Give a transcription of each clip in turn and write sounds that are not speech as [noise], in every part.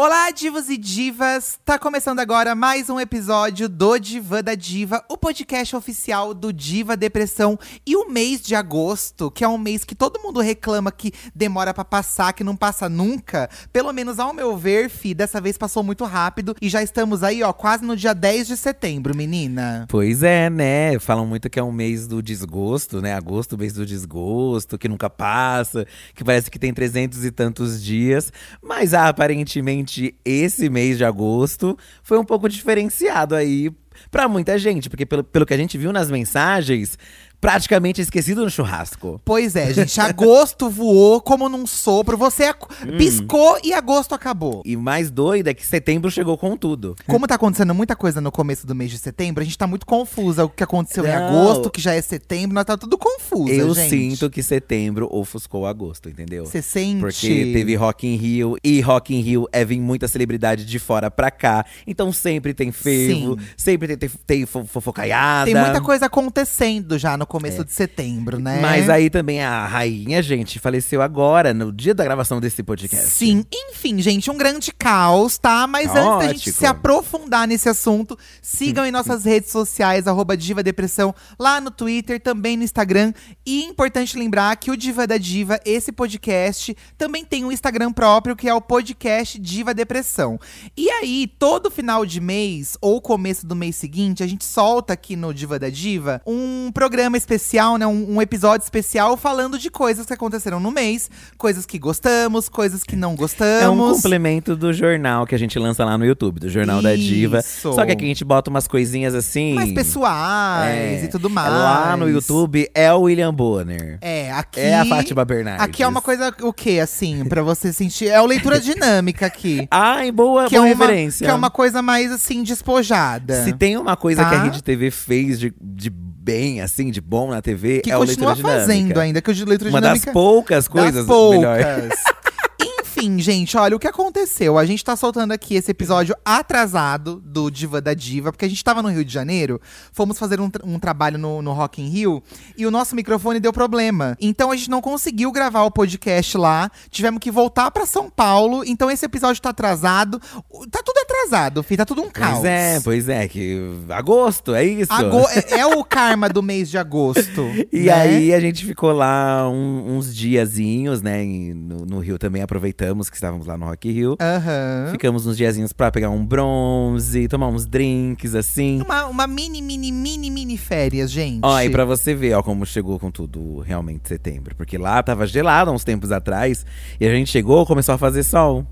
Olá, divos e divas! Tá começando agora mais um episódio do Diva da Diva, o podcast oficial do Diva Depressão. E o mês de agosto, que é um mês que todo mundo reclama que demora pra passar, que não passa nunca, pelo menos ao meu ver, fi, dessa vez passou muito rápido e já estamos aí, ó, quase no dia 10 de setembro, menina. Pois é, né? Falam muito que é um mês do desgosto, né? Agosto, mês do desgosto, que nunca passa, que parece que tem trezentos e tantos dias. Mas ah, aparentemente esse mês de agosto foi um pouco diferenciado aí pra muita gente, porque pelo, pelo que a gente viu nas mensagens, praticamente é esquecido no churrasco. Pois é, gente, agosto voou como num sopro. Você ac- Hum. piscou e agosto acabou. E mais doido é que setembro chegou com tudo. Como tá acontecendo muita coisa no começo do mês de setembro, a gente tá muito confusa. O que aconteceu em Não. agosto, que já é setembro, nós tá tudo confuso. Eu gente. sinto que setembro ofuscou agosto, entendeu? Você sente. Porque teve Rock in Rio e Rock in Rio é vir muita celebridade de fora pra cá. Então sempre tem fervo, Sim. sempre tem, tem, tem fo- fofocaiada. Tem muita coisa acontecendo já no começo de setembro, né? É. Mas aí também a rainha, gente, faleceu agora, no dia da gravação desse podcast. Sim, enfim, gente, um grande caos, tá? Mas antes da gente Caótico. se aprofundar nesse assunto, sigam em nossas redes sociais, arroba Diva Depressão, lá no Twitter, também no Instagram. E importante lembrar que o Diva da Diva, esse podcast, também tem um Instagram próprio, que é o podcast Diva Depressão. E aí, todo final de mês ou começo do mês seguinte, a gente solta aqui no Diva da Diva um programa especial, né? Um, um episódio especial falando de coisas que aconteceram no mês, coisas que gostamos, coisas que não gostamos. É um complemento do jornal que a gente lança lá no YouTube, do Jornal da Diva. Isso. Só que aqui a gente bota umas coisinhas assim. mais pessoais É. e tudo mais. Lá no YouTube é o William Bonner. É, aqui. É a Fátima Bernardes. Aqui é uma coisa, o quê, assim, pra você sentir? É a leitura dinâmica [laughs] aqui. Ai, boa, que, é boa uma, referência. que é uma coisa mais, assim, despojada. Se tem uma coisa Tá? que a Rede TV fez de, de bem, assim, de bom na TV, que é o continua Leitura Dinâmica. fazendo ainda, que o de leitura Uma das dinâmica poucas coisas, das poucas. melhor. [laughs] Enfim, gente, olha o que aconteceu. A gente tá soltando aqui esse episódio atrasado do Diva da Diva, porque a gente tava no Rio de Janeiro, fomos fazer um, tra- um trabalho no, no Rock in Rio e o nosso microfone deu problema. Então a gente não conseguiu gravar o podcast lá, tivemos que voltar pra São Paulo, então esse episódio tá atrasado. O- Tá tudo atrasado, filho, tá tudo um caos. Pois é, pois é, que agosto, é isso. Ago- é, é o karma do mês de agosto. [laughs] E né? aí a gente ficou lá um- uns diazinhos, né, em- no, no Rio também aproveitamos que estávamos lá no Rock Rio. Aham. Ficamos uns diazinhos pra pegar um bronze, tomar uns drinks, assim. Uma, uma mini, mini, mini, mini férias, gente. Ó, e pra você ver, ó, como chegou com tudo realmente setembro. Porque lá tava gelado há uns tempos atrás. E a gente chegou, começou a fazer sol.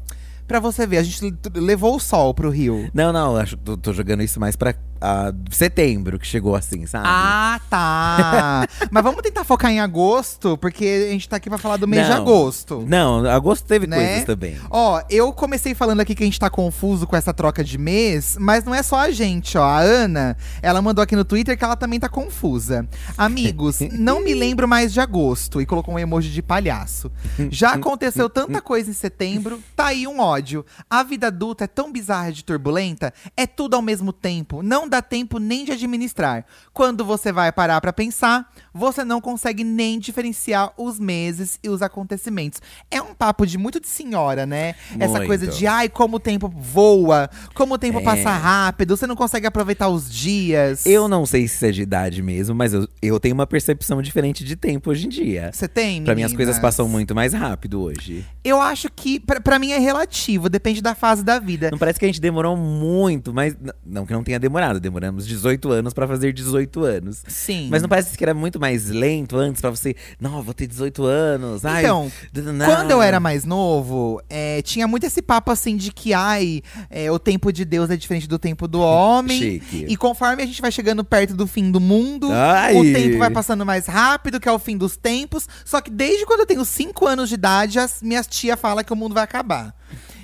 Pra você ver, a gente le- levou o sol pro Rio. Não, não, acho, tô, tô jogando isso mais pra ah, setembro, que chegou assim, sabe? Ah, tá! [laughs] Mas vamos tentar focar em agosto, porque a gente tá aqui pra falar do mês de Não. agosto. Não, agosto teve Né? coisas também. Ó, eu comecei falando aqui que a gente tá confuso com essa troca de mês, mas não é só a gente, ó. A Ana, ela mandou aqui no Twitter que ela também tá confusa. [laughs] Amigos, não me lembro mais de agosto. E colocou um emoji de palhaço. [laughs] Já aconteceu tanta coisa em setembro, tá aí um ódio. A vida adulta é tão bizarra de turbulenta, é tudo ao mesmo tempo. Não dá tempo nem de administrar. Quando você vai parar pra pensar, você não consegue nem diferenciar os meses e os acontecimentos. É um papo de muito de senhora, né? Essa Muito. coisa de ai, como o tempo voa, como o tempo É. passa rápido, você não consegue aproveitar os dias. Eu não sei se isso é de idade mesmo, mas eu, eu tenho uma percepção diferente de tempo hoje em dia. Você tem? Pra mim, as coisas meninas? passam muito mais rápido hoje. Eu acho que, pra pra mim, é relativo, depende da fase da vida. Não parece que a gente demorou muito, mas. n- Não que não tenha demorado, demoramos 18 anos pra fazer 18 anos. Sim. Mas não parece que era muito mais lento antes pra você. Não, eu vou ter 18 anos. Ai, Então, danana." Quando eu era mais novo, é, tinha muito esse papo assim de que, ai, é, o tempo de Deus é diferente do tempo do homem. Chique. E conforme a gente vai chegando perto do fim do mundo, Ai. o tempo vai passando mais rápido, que é o fim dos tempos. Só que desde quando eu tenho 5 anos de idade, as minhas tia fala que o mundo vai acabar.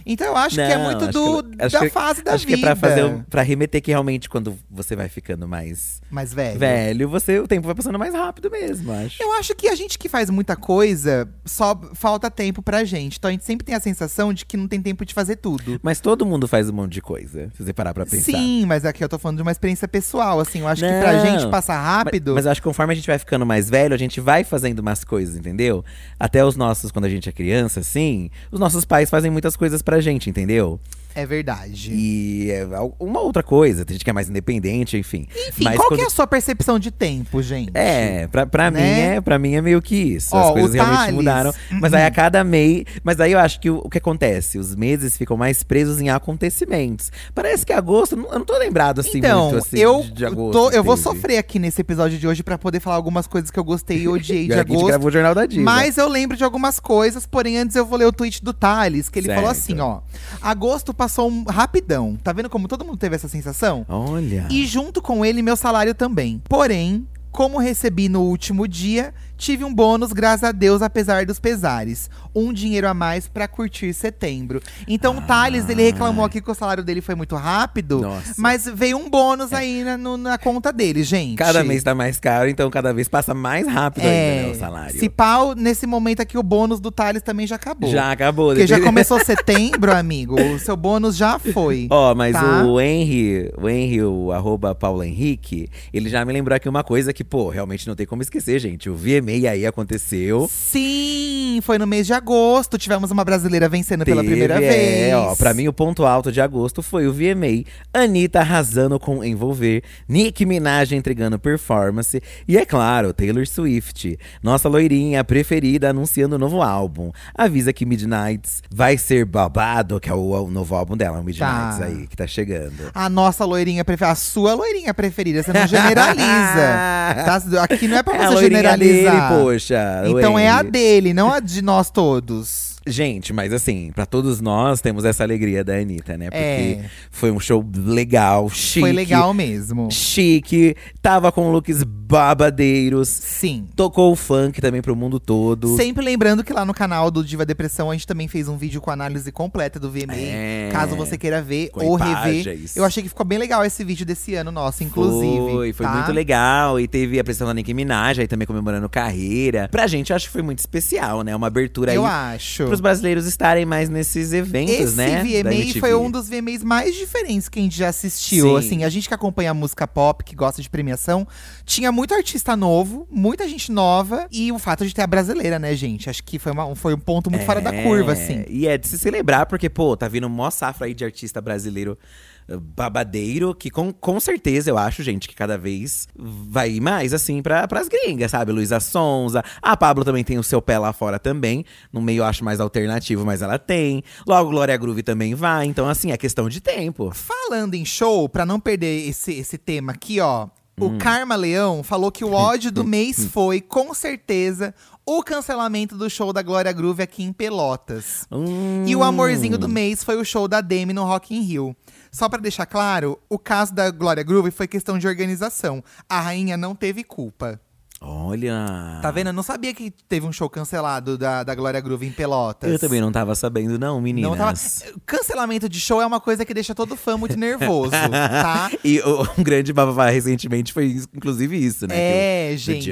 Então eu acho que é Não, muito acho do, que- acho da que- fase da Acho vida. que é pra fazer. um- pra remeter que realmente quando você vai ficando mais Mais velho. velho, você, o tempo vai passando mais rápido mesmo, acho. Eu acho que a gente que faz muita coisa, só falta tempo pra gente. Então a gente sempre tem a sensação de que não tem tempo de fazer tudo. Mas todo mundo faz um monte de coisa, se você parar pra pensar. Sim, mas aqui eu tô falando de uma experiência pessoal, assim. Eu acho que Não. pra gente passar Ma- rápido. Mas eu acho que conforme a gente vai ficando mais velho, a gente vai fazendo umas coisas, entendeu? Até os nossos, quando a gente é criança, assim, os nossos pais fazem muitas coisas pra pra gente, entendeu? É verdade. E é al- uma outra coisa, tem gente que é mais independente, enfim. Enfim, Mas qual quando- que é a sua percepção de tempo, gente? É, pra, pra, Né? mim é, pra mim é meio que isso. Ó, As o coisas realmente Thales, Uhum. mudaram. Mas aí a cada mês. Mas aí eu acho que o, o que acontece? Os meses ficam mais presos em acontecimentos. Parece que é agosto. Eu não tô lembrado assim então, muito assim, eu, de, de agosto. tô- eu vou entende? sofrer aqui nesse episódio de hoje pra poder falar algumas coisas que eu gostei e [laughs] odiei E de a gente agosto. gravou né? o Jornal da Diva. Mas eu lembro de algumas coisas, porém antes eu vou ler o tweet do Thales, que ele falou Certo. assim, ó. Agosto passou um rapidão. Tá vendo como todo mundo teve essa sensação? Olha. E junto com ele, meu salário também. Porém, como recebi no último dia, tive um bônus, graças a Deus, apesar dos pesares. Um dinheiro a mais pra curtir setembro. Então, o Thales, ele reclamou aqui que o salário dele foi muito rápido. Nossa. Mas veio um bônus aí na, no- na conta dele, gente. É, Cada mês tá mais caro, então cada vez passa mais rápido ainda, né, o salário. Se pau, nesse momento aqui, o bônus do Thales também já acabou. Já acabou. Porque já depende- começou setembro, [laughs] amigo. O seu bônus já foi. [laughs] Ó, mas Tá. o Henry, o Henry, o arroba Paulo Henrique, ele já me lembrou aqui uma coisa que, pô, realmente não tem como esquecer, gente. O VMA aí aconteceu. Sim, foi no mês de agosto. Tivemos uma brasileira vencendo Né, pela Teve, primeira vez. É, ó, pra mim o ponto alto de agosto foi o VMA. Anitta arrasando com Envolver, Nicki Minaj entregando performance e, é claro, Taylor Swift, nossa loirinha preferida, anunciando o novo álbum. Avisa que Midnights vai ser babado, que é o, o novo álbum dela, o Midnights Tá. aí, que tá chegando. A nossa loirinha preferida, a sua loirinha preferida, você não [laughs] generaliza. tá? Aqui não é pra É a você loirinha generalizar. dele, poxa. então é a Wendy. dele, não a de nós todos. Gente, mas assim, pra todos nós temos essa alegria da Anitta, né? Porque É. foi um show legal, chique. Foi legal mesmo. Chique, tava com looks babadeiros. Sim. Tocou o funk também pro mundo todo. Sempre lembrando que lá no canal do Diva Depressão a gente também fez um vídeo com a análise completa do VMA. É. Caso você queira ver Com ou imagens. rever. Eu achei que ficou bem legal esse vídeo desse ano nosso, inclusive. Foi, foi tá? muito legal. E teve a apresentação da Nicki Minaj aí também comemorando carreira. Pra gente, eu acho que foi muito especial, né? Uma abertura Eu aí acho. pros brasileiros estarem mais nesses eventos, Esse né? da VMA foi MTV. um dos VMAs mais diferentes que a gente já assistiu. Sim. Assim, a gente que acompanha a música pop, que gosta de premiação, tinha muito artista novo, muita gente nova. E o fato de ter a brasileira, né, gente? Acho que foi, uma- foi um ponto muito fora da É, curva, assim. E é de se celebrar, porque, pô, tá vindo mó safra aí de artista brasileiro eh, babadeiro, que com, com certeza eu acho, gente, que cada vez vai ir mais, assim, pra, pras gringas, sabe? Luísa Sonza, a Pablo também tem o seu pé lá fora também, no meio eu acho mais alternativo, mas ela tem. Logo, Glória Groove também vai, então assim, é questão de tempo. Falando em show, pra não perder esse, esse tema aqui, ó. Hum. O Karma Leão falou que o ódio do mês foi, com certeza, o cancelamento do show da Glória Groove aqui em Pelotas. Hum, E o amorzinho do mês foi o show da Demi no Rock in Rio. Só pra deixar claro, o caso da Glória Groove foi questão de organização. A rainha não teve culpa. Olha. Tá vendo? Eu não sabia que teve um show cancelado da, da Glória Groove em Pelotas. Eu também não tava sabendo, não, meninas. Não [laughs] tava- Cancelamento de show é uma coisa que deixa todo fã muito nervoso, [laughs] tá? E o- um grande bababá recentemente foi is- inclusive isso, né? É, Que o- do gente.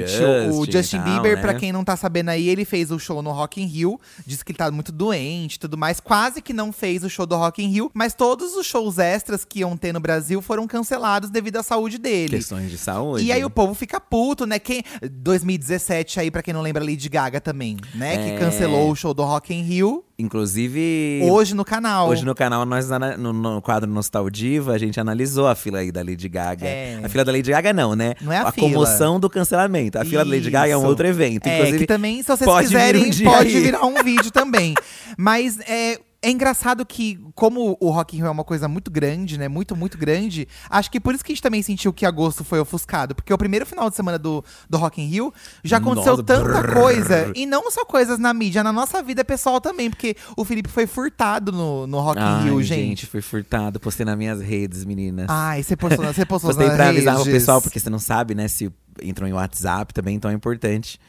o e Justin tal, Bieber, né? pra quem não tá sabendo aí, ele fez o show no Rock in Rio. Disse que ele tá muito doente e tudo mais. Quase que não fez o show do Rock in Rio. Mas todos os shows extras que iam ter no Brasil foram cancelados devido à saúde dele. Questões de saúde. né? E aí o povo fica puto, né? Quem 2017 aí, pra quem não lembra, Lady Gaga também, né? É. Que cancelou o show do Rock in Rio. Inclusive. Hoje no canal. hoje no canal, nós ana- no, no quadro Nostaldiva, a gente analisou a fila aí da Lady Gaga. É. A fila da Lady Gaga não, né? Não é a a fila. comoção do cancelamento. A fila da Lady Gaga é um Isso. outro evento. É, Inclusive, que também, se vocês pode vir quiserem, um dia pode aí. virar um vídeo também. Mas é, é engraçado que, como o Rock in Rio é uma coisa muito grande, né? Muito, muito grande. Acho que por isso que a gente também sentiu que agosto foi ofuscado. Porque o primeiro final de semana do, do Rock in Rio já aconteceu Nossa, tanta brrr. coisa. E não só coisas na mídia, na nossa vida pessoal também. Porque o Felipe foi furtado no, no Rock in Ai, Rio, gente, gente. fui furtado. Postei nas minhas redes, meninas. Ai, você postou, você postou Postei nas pra avisar o redes. pessoal, porque você não sabe, né, se entram em WhatsApp também, então é importante.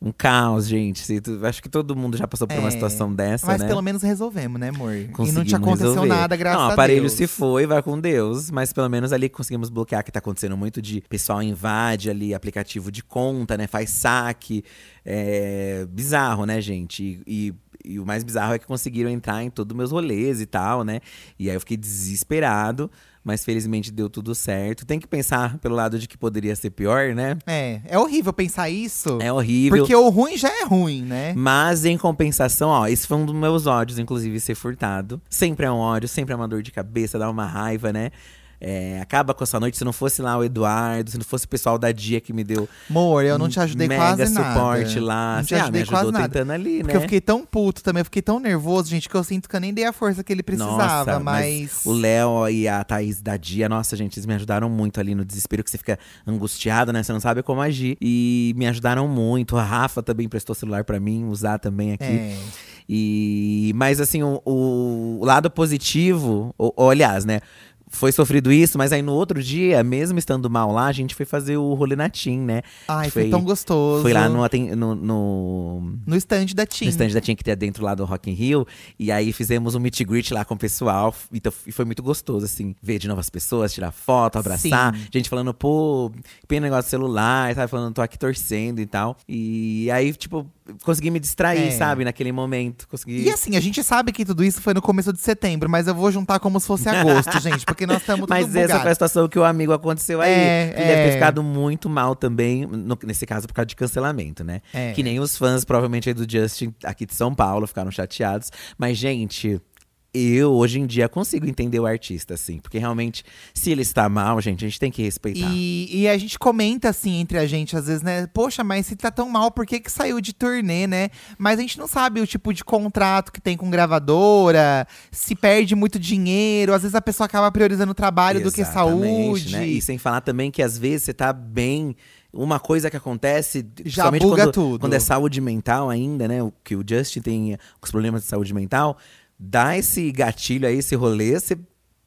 Um caos, gente. Se tu- acho que todo mundo já passou por uma É, situação dessa, Mas né? pelo menos resolvemos, né, amor? E não Conseguimos te aconteceu resolver. nada, graças a Não, Deus. o aparelho se foi, vai com Deus. Mas pelo menos ali conseguimos bloquear, que tá acontecendo muito de pessoal invade ali aplicativo de conta, né? Faz saque. É bizarro, né, gente? E, e e o mais bizarro é que conseguiram entrar em todos os meus rolês e tal, né? E aí eu fiquei desesperado, mas felizmente deu tudo certo. Tem que pensar pelo lado de que poderia ser pior, né? É, é horrível pensar isso. É horrível. Porque o ruim já é ruim, né? Mas em compensação, ó, esse foi um dos meus ódios, inclusive, ser furtado. Sempre é um ódio, sempre é uma dor de cabeça, dá uma raiva, né? É, acaba com a sua noite. Se não fosse lá o Eduardo, se não fosse o pessoal da Dia que me deu. Amor, eu não te ajudei mega quase nada. suporte lá. Não te Sei lá, ajudei me ajudou quase nada. tentando ali, Porque né? eu fiquei tão puto também, eu fiquei tão nervoso, gente, que eu sinto que eu nem dei a força que ele precisava, Nossa, mas. O Léo e a Thaís da Dia, nossa, gente, eles me ajudaram muito ali no desespero, que você fica angustiado, né? Você não sabe como agir. E me ajudaram muito. A Rafa também prestou celular pra mim usar também aqui. É. E, mas assim, o, o lado positivo, ou, ou, aliás, né? Foi sofrido isso, mas aí no outro dia, mesmo estando mal lá, a gente foi fazer o rolê na Tim, né? Ai, Que foi, tão gostoso. Foi lá no, aten- no, no, No stand da no Tim. stand da Tinha que ter dentro lá do Rock in Rio. E aí fizemos um meet and greet lá com o pessoal. f- Então, e foi muito gostoso, assim, ver de novas pessoas, tirar foto, abraçar. Sim. Gente falando, pô, tem negócio de celular, sabe? Falando, tô aqui torcendo e tal. E aí, tipo, consegui me distrair, É. sabe? Naquele momento. Consegui. E assim, a gente sabe que tudo isso foi no começo de setembro, mas eu vou juntar como se fosse [laughs] agosto, gente, porque nós estamos tudo Mas essa foi a bugado. situação que o amigo aconteceu aí. É, ele deve é. ter ficado muito mal também, no- nesse caso, por causa de cancelamento, né? É. Que nem os fãs, provavelmente, aí do Justin aqui de São Paulo, ficaram chateados. Mas, gente. Eu, hoje em dia, consigo entender o artista, assim. Porque realmente, se ele está mal, gente, a gente tem que respeitar. E, e a gente comenta assim entre a gente, às vezes, né? Poxa, mas se tá tão mal, por que, que saiu de turnê, né? Mas a gente não sabe o tipo de contrato que tem com gravadora, se perde muito dinheiro, às vezes a pessoa acaba priorizando o trabalho do que Exatamente, saúde. Né? E sem falar também que às vezes você tá bem. Uma coisa que acontece, Já principalmente buga quando, tudo. quando é saúde mental ainda, né? o- Que o Justin tem os problemas de saúde mental, dá esse gatilho aí, esse rolê, você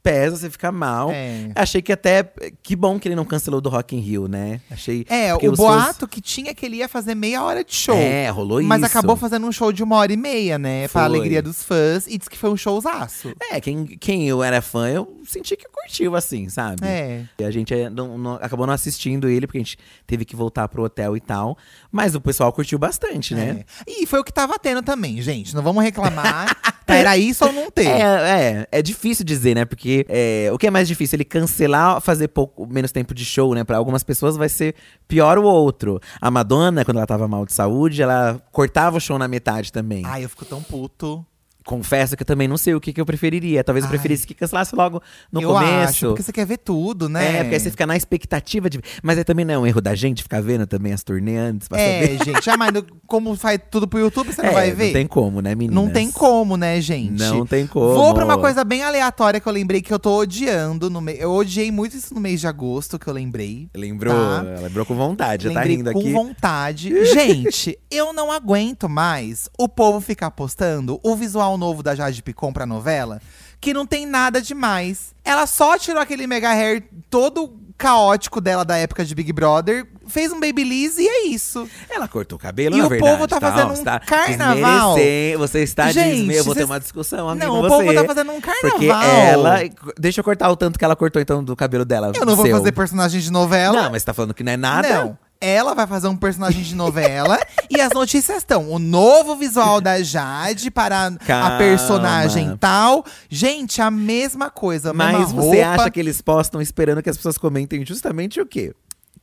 pesa, você fica mal. É. Achei que até. Que bom que ele não cancelou do Rock in Rio, né? Achei. É, porque o os fãs- boato que tinha é que ele ia fazer meia hora de show. É, rolou Mas isso. acabou fazendo um show de uma hora e meia, né? Pra Foi. alegria dos fãs. E diz que foi um showzaço. É, quem, quem eu era fã, eu senti que curtiu, assim, sabe? É. E a gente é, não- não- acabou não assistindo ele, porque a gente teve que voltar pro hotel e tal. Mas o pessoal curtiu bastante, né? É. E foi o que tava tendo também, gente. Não vamos reclamar. Tá, Era isso [laughs] ou não ter. É, é, é difícil dizer, né? Porque é, o que é mais difícil? Ele cancelar, fazer pouco, menos tempo de show, né? Pra algumas pessoas vai ser pior o outro. A Madonna, quando ela tava mal de saúde, ela cortava o show na metade também. Ai, eu fico tão puto. Confesso que eu também não sei o que, que eu preferiria. Talvez eu Ai. preferisse que cancelasse logo no eu começo. acho, porque você quer ver tudo, né? É, porque aí você fica na expectativa de. Mas aí também não é um erro da gente ficar vendo também as turnê antes pra É, saber. gente. Ah, mas no- como faz tudo pro YouTube, você não [laughs] É, vai ver? Não tem como, né, meninas? Não tem como, né, gente? Não tem como. Vou pra uma coisa bem aleatória que eu lembrei que eu tô odiando. No me... Eu odiei muito isso no mês de agosto, que eu lembrei. Lembrou, Tá. lembrou com vontade, já tá Lembrei rindo com aqui. vontade. Gente, eu não aguento mais o povo ficar postando o visual novo da Jade Picon pra novela, que não tem nada demais. Ela só tirou aquele mega hair todo caótico dela da época de Big Brother, fez um babyliss e é isso. Ela cortou o cabelo, E na o verdade. povo tá fazendo um Você tá carnaval. desmerecendo, Você está Gente, desmerecendo. Eu vou ter vocês- uma discussão aqui não, com o você. povo tá fazendo um carnaval. Porque ela. Deixa eu cortar o tanto que ela cortou, então, do cabelo dela. Eu não vou seu. fazer personagem de novela. Não, mas você tá falando que não é nada. Não. Ela vai fazer um personagem de novela [laughs] e as notícias estão. O novo visual da Jade para a- a Calma. personagem tal. Gente, a mesma coisa. a mesma Mas você é roupa. acha que eles postam esperando que as pessoas comentem justamente o quê?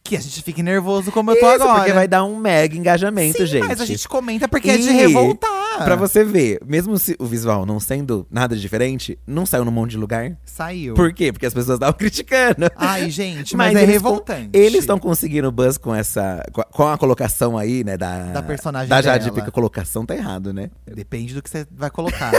Que a gente fique nervoso como eu tô Isso, agora. Porque vai dar um mega engajamento, Sim, gente. Mas a gente comenta porque é de E, revoltar. Pra você ver, mesmo se o visual não sendo nada diferente, não saiu num monte de lugar. Saiu. Por quê? Porque as pessoas estavam [laughs] criticando. Ai, [laughs] gente, mas, é eles revoltante. con- Eles estão conseguindo buzz com essa. com a- Com a colocação aí, né? Da, Da personagem Da Jade dela. Pica. Colocação tá errado, né? Depende do que você vai colocar.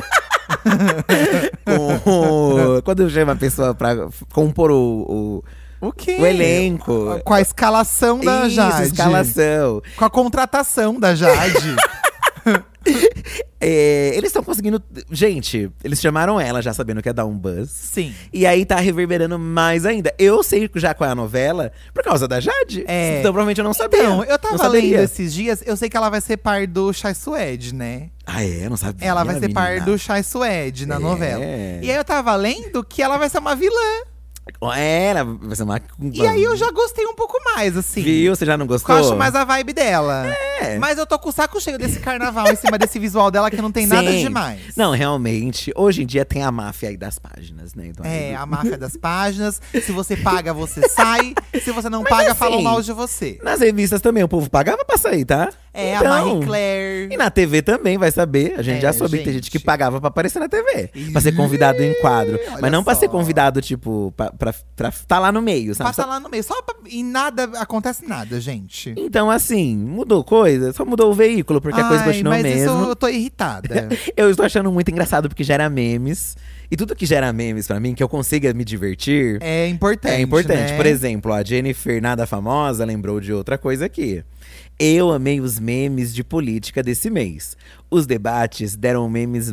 Com- Quando chama a pessoa pra f- compor o, [laughs] o quê? o, o elenco. Com a escalação da Isso, Jade. escalação. Com a contratação da Jade. É, eles estão conseguindo. Gente, eles chamaram ela já sabendo que ia dar um [laughs] buzz. Sim. E aí tá reverberando mais ainda. Eu sei já qual é a novela por causa da Jade. É. Então provavelmente eu não sabia. Então, eu não tava lendo saberia. esses dias, eu sei que ela vai ser par do Chai Suede, né? Ah, é? Eu não sabia. Ela vai ser menina. par do Chai Suede na É. novela. E aí eu tava lendo que ela vai ser uma vilã. Era, É, vai ser uma. E aí eu já gostei um pouco mais, assim. Viu? Você já não Porque eu gostou? acho mais a vibe dela. É. Mas eu tô com o saco cheio desse carnaval em cima desse visual dela que não tem nada Sim. demais. Não, realmente, hoje em dia tem a máfia aí das páginas, né? Então, É, amigo. a máfia das páginas. Se você paga, você sai. Se você não paga, falam assim, mal de você. Nas revistas também, o povo pagava pra sair, tá? É, Então, a Marie Claire. E na TV também, vai saber. A gente É, já soube que tem gente que gente. pagava pra aparecer na TV. Pra ser convidado em quadro. olha Mas não pra só. ser convidado, tipo, pra, pra, pra tá lá no meio, sabe? Passa lá no meio. Só pra- e nada, acontece nada, gente. Então, assim, mudou coisa, só mudou o veículo, porque a coisa Ai, continuou mas mesmo. isso eu tô [laughs] irritada. Eu estou achando muito engraçado porque gera memes. E tudo que gera memes pra mim, que eu consiga me divertir, É importante, é importante. né? Por exemplo, a Jennifer, nada famosa, lembrou de outra coisa aqui. Eu amei os memes de política desse mês. Os debates deram memes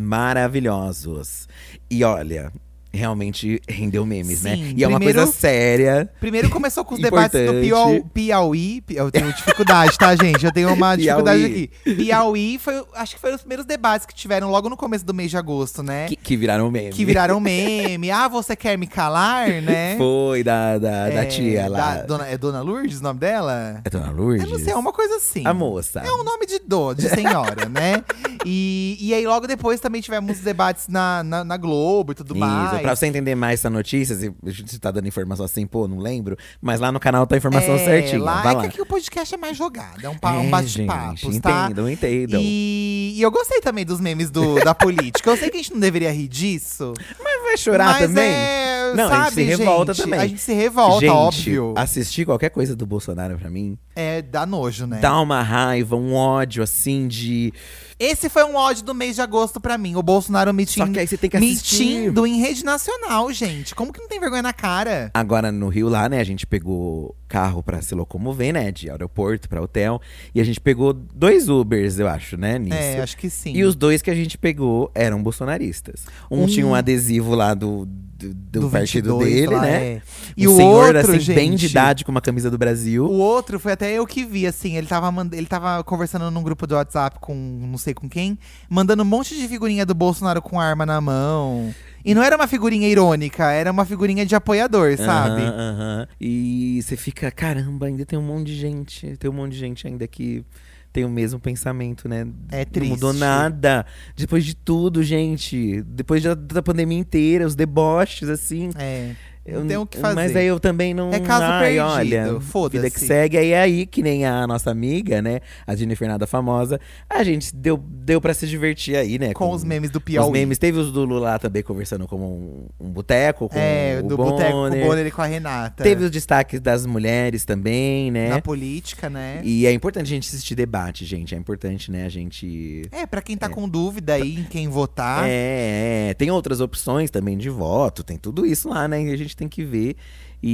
maravilhosos. E olha, realmente rendeu memes, né? Sim, E é uma primeiro- coisa séria. Primeiro começou com os debates do Importante. Piau- Piauí. Pi- Eu tenho dificuldade, tá, gente? Eu tenho uma dificuldade [laughs] Piauí. aqui. Piauí foi, acho que foi os primeiros debates que tiveram logo no começo do mês de agosto, né? Que, Que, que viraram meme. [laughs] viraram meme. ah, você quer me calar, né? Foi da, da, da É, tia lá. da dona, é Dona Lourdes o nome dela? É Dona Lourdes? Eu não sei, é uma coisa assim. A moça. É um nome de dor, de senhora, né? E, e aí, logo depois, também tivemos debates na, na, na Globo e tudo mais. Isso, pra você entender mais essa notícia, se a gente tá dando informação assim, pô, não lembro. Mas lá no canal tá a informação é, certinha. Lá, vai é lá. que aqui o podcast é mais jogado, é um, pa- um É, bate-papo, gente, tá? Entendam, entendam. E, e eu gostei também dos memes do, da política. Eu sei que a gente não deveria rir disso. Mas vai chorar mas também? É, Não, a gente sabe, se revolta gente? também. A gente se revolta, gente, óbvio. assistir qualquer coisa do Bolsonaro pra mim É, dá nojo, né? dá uma raiva, um ódio assim de. Esse foi um ódio do mês de agosto pra mim. O Bolsonaro Só mentindo. que aí você tem que assistir. Mentindo em rede nacional, gente. Como que não tem vergonha na cara? Agora no Rio lá, né, a gente pegou carro pra se locomover, né, de aeroporto pra hotel. E a gente pegou dois Ubers, eu acho, né, nisso. É, acho que sim. E os dois que a gente pegou eram bolsonaristas. Um Hum. tinha um adesivo lá do, do, do Do partido 22 dele, lá, né? é. E um o senhor, outro, assim, bem de gente, idade, com uma camisa do Brasil. O outro foi até eu que vi, assim. Ele tava, mand- ele tava conversando num grupo do WhatsApp com não sei com quem, mandando um monte de figurinha do Bolsonaro com arma na mão. E não era uma figurinha irônica, era uma figurinha de apoiador, sabe? Aham, aham. E você fica, caramba, ainda tem um monte de gente. Tem um monte de gente ainda que tem o mesmo pensamento, né? É Não triste. mudou nada. Depois de tudo, gente. Depois da, da pandemia inteira, os deboches, assim. É. Eu- Não tem o que fazer. Mas aí eu também não. É caso Ai, perdido, Olha, foda-se. Vida que segue. Aí é aí, que nem a nossa amiga, né? A Jennifer Nada famosa. A gente deu, deu pra se divertir aí, né? Com os memes do Os Piauí. memes. Teve os do Lula também conversando como um, um boteco, com É, o do Boteco com o Bonner. Bonner e com a Renata. Teve os destaques das mulheres também, Na né? política, né? E é importante a gente assistir debate, gente. É importante, né, a gente. É, pra quem tá com dúvida aí em quem votar. É, é, tem outras opções também de voto, tem tudo isso lá, né? E a gente tem que ver.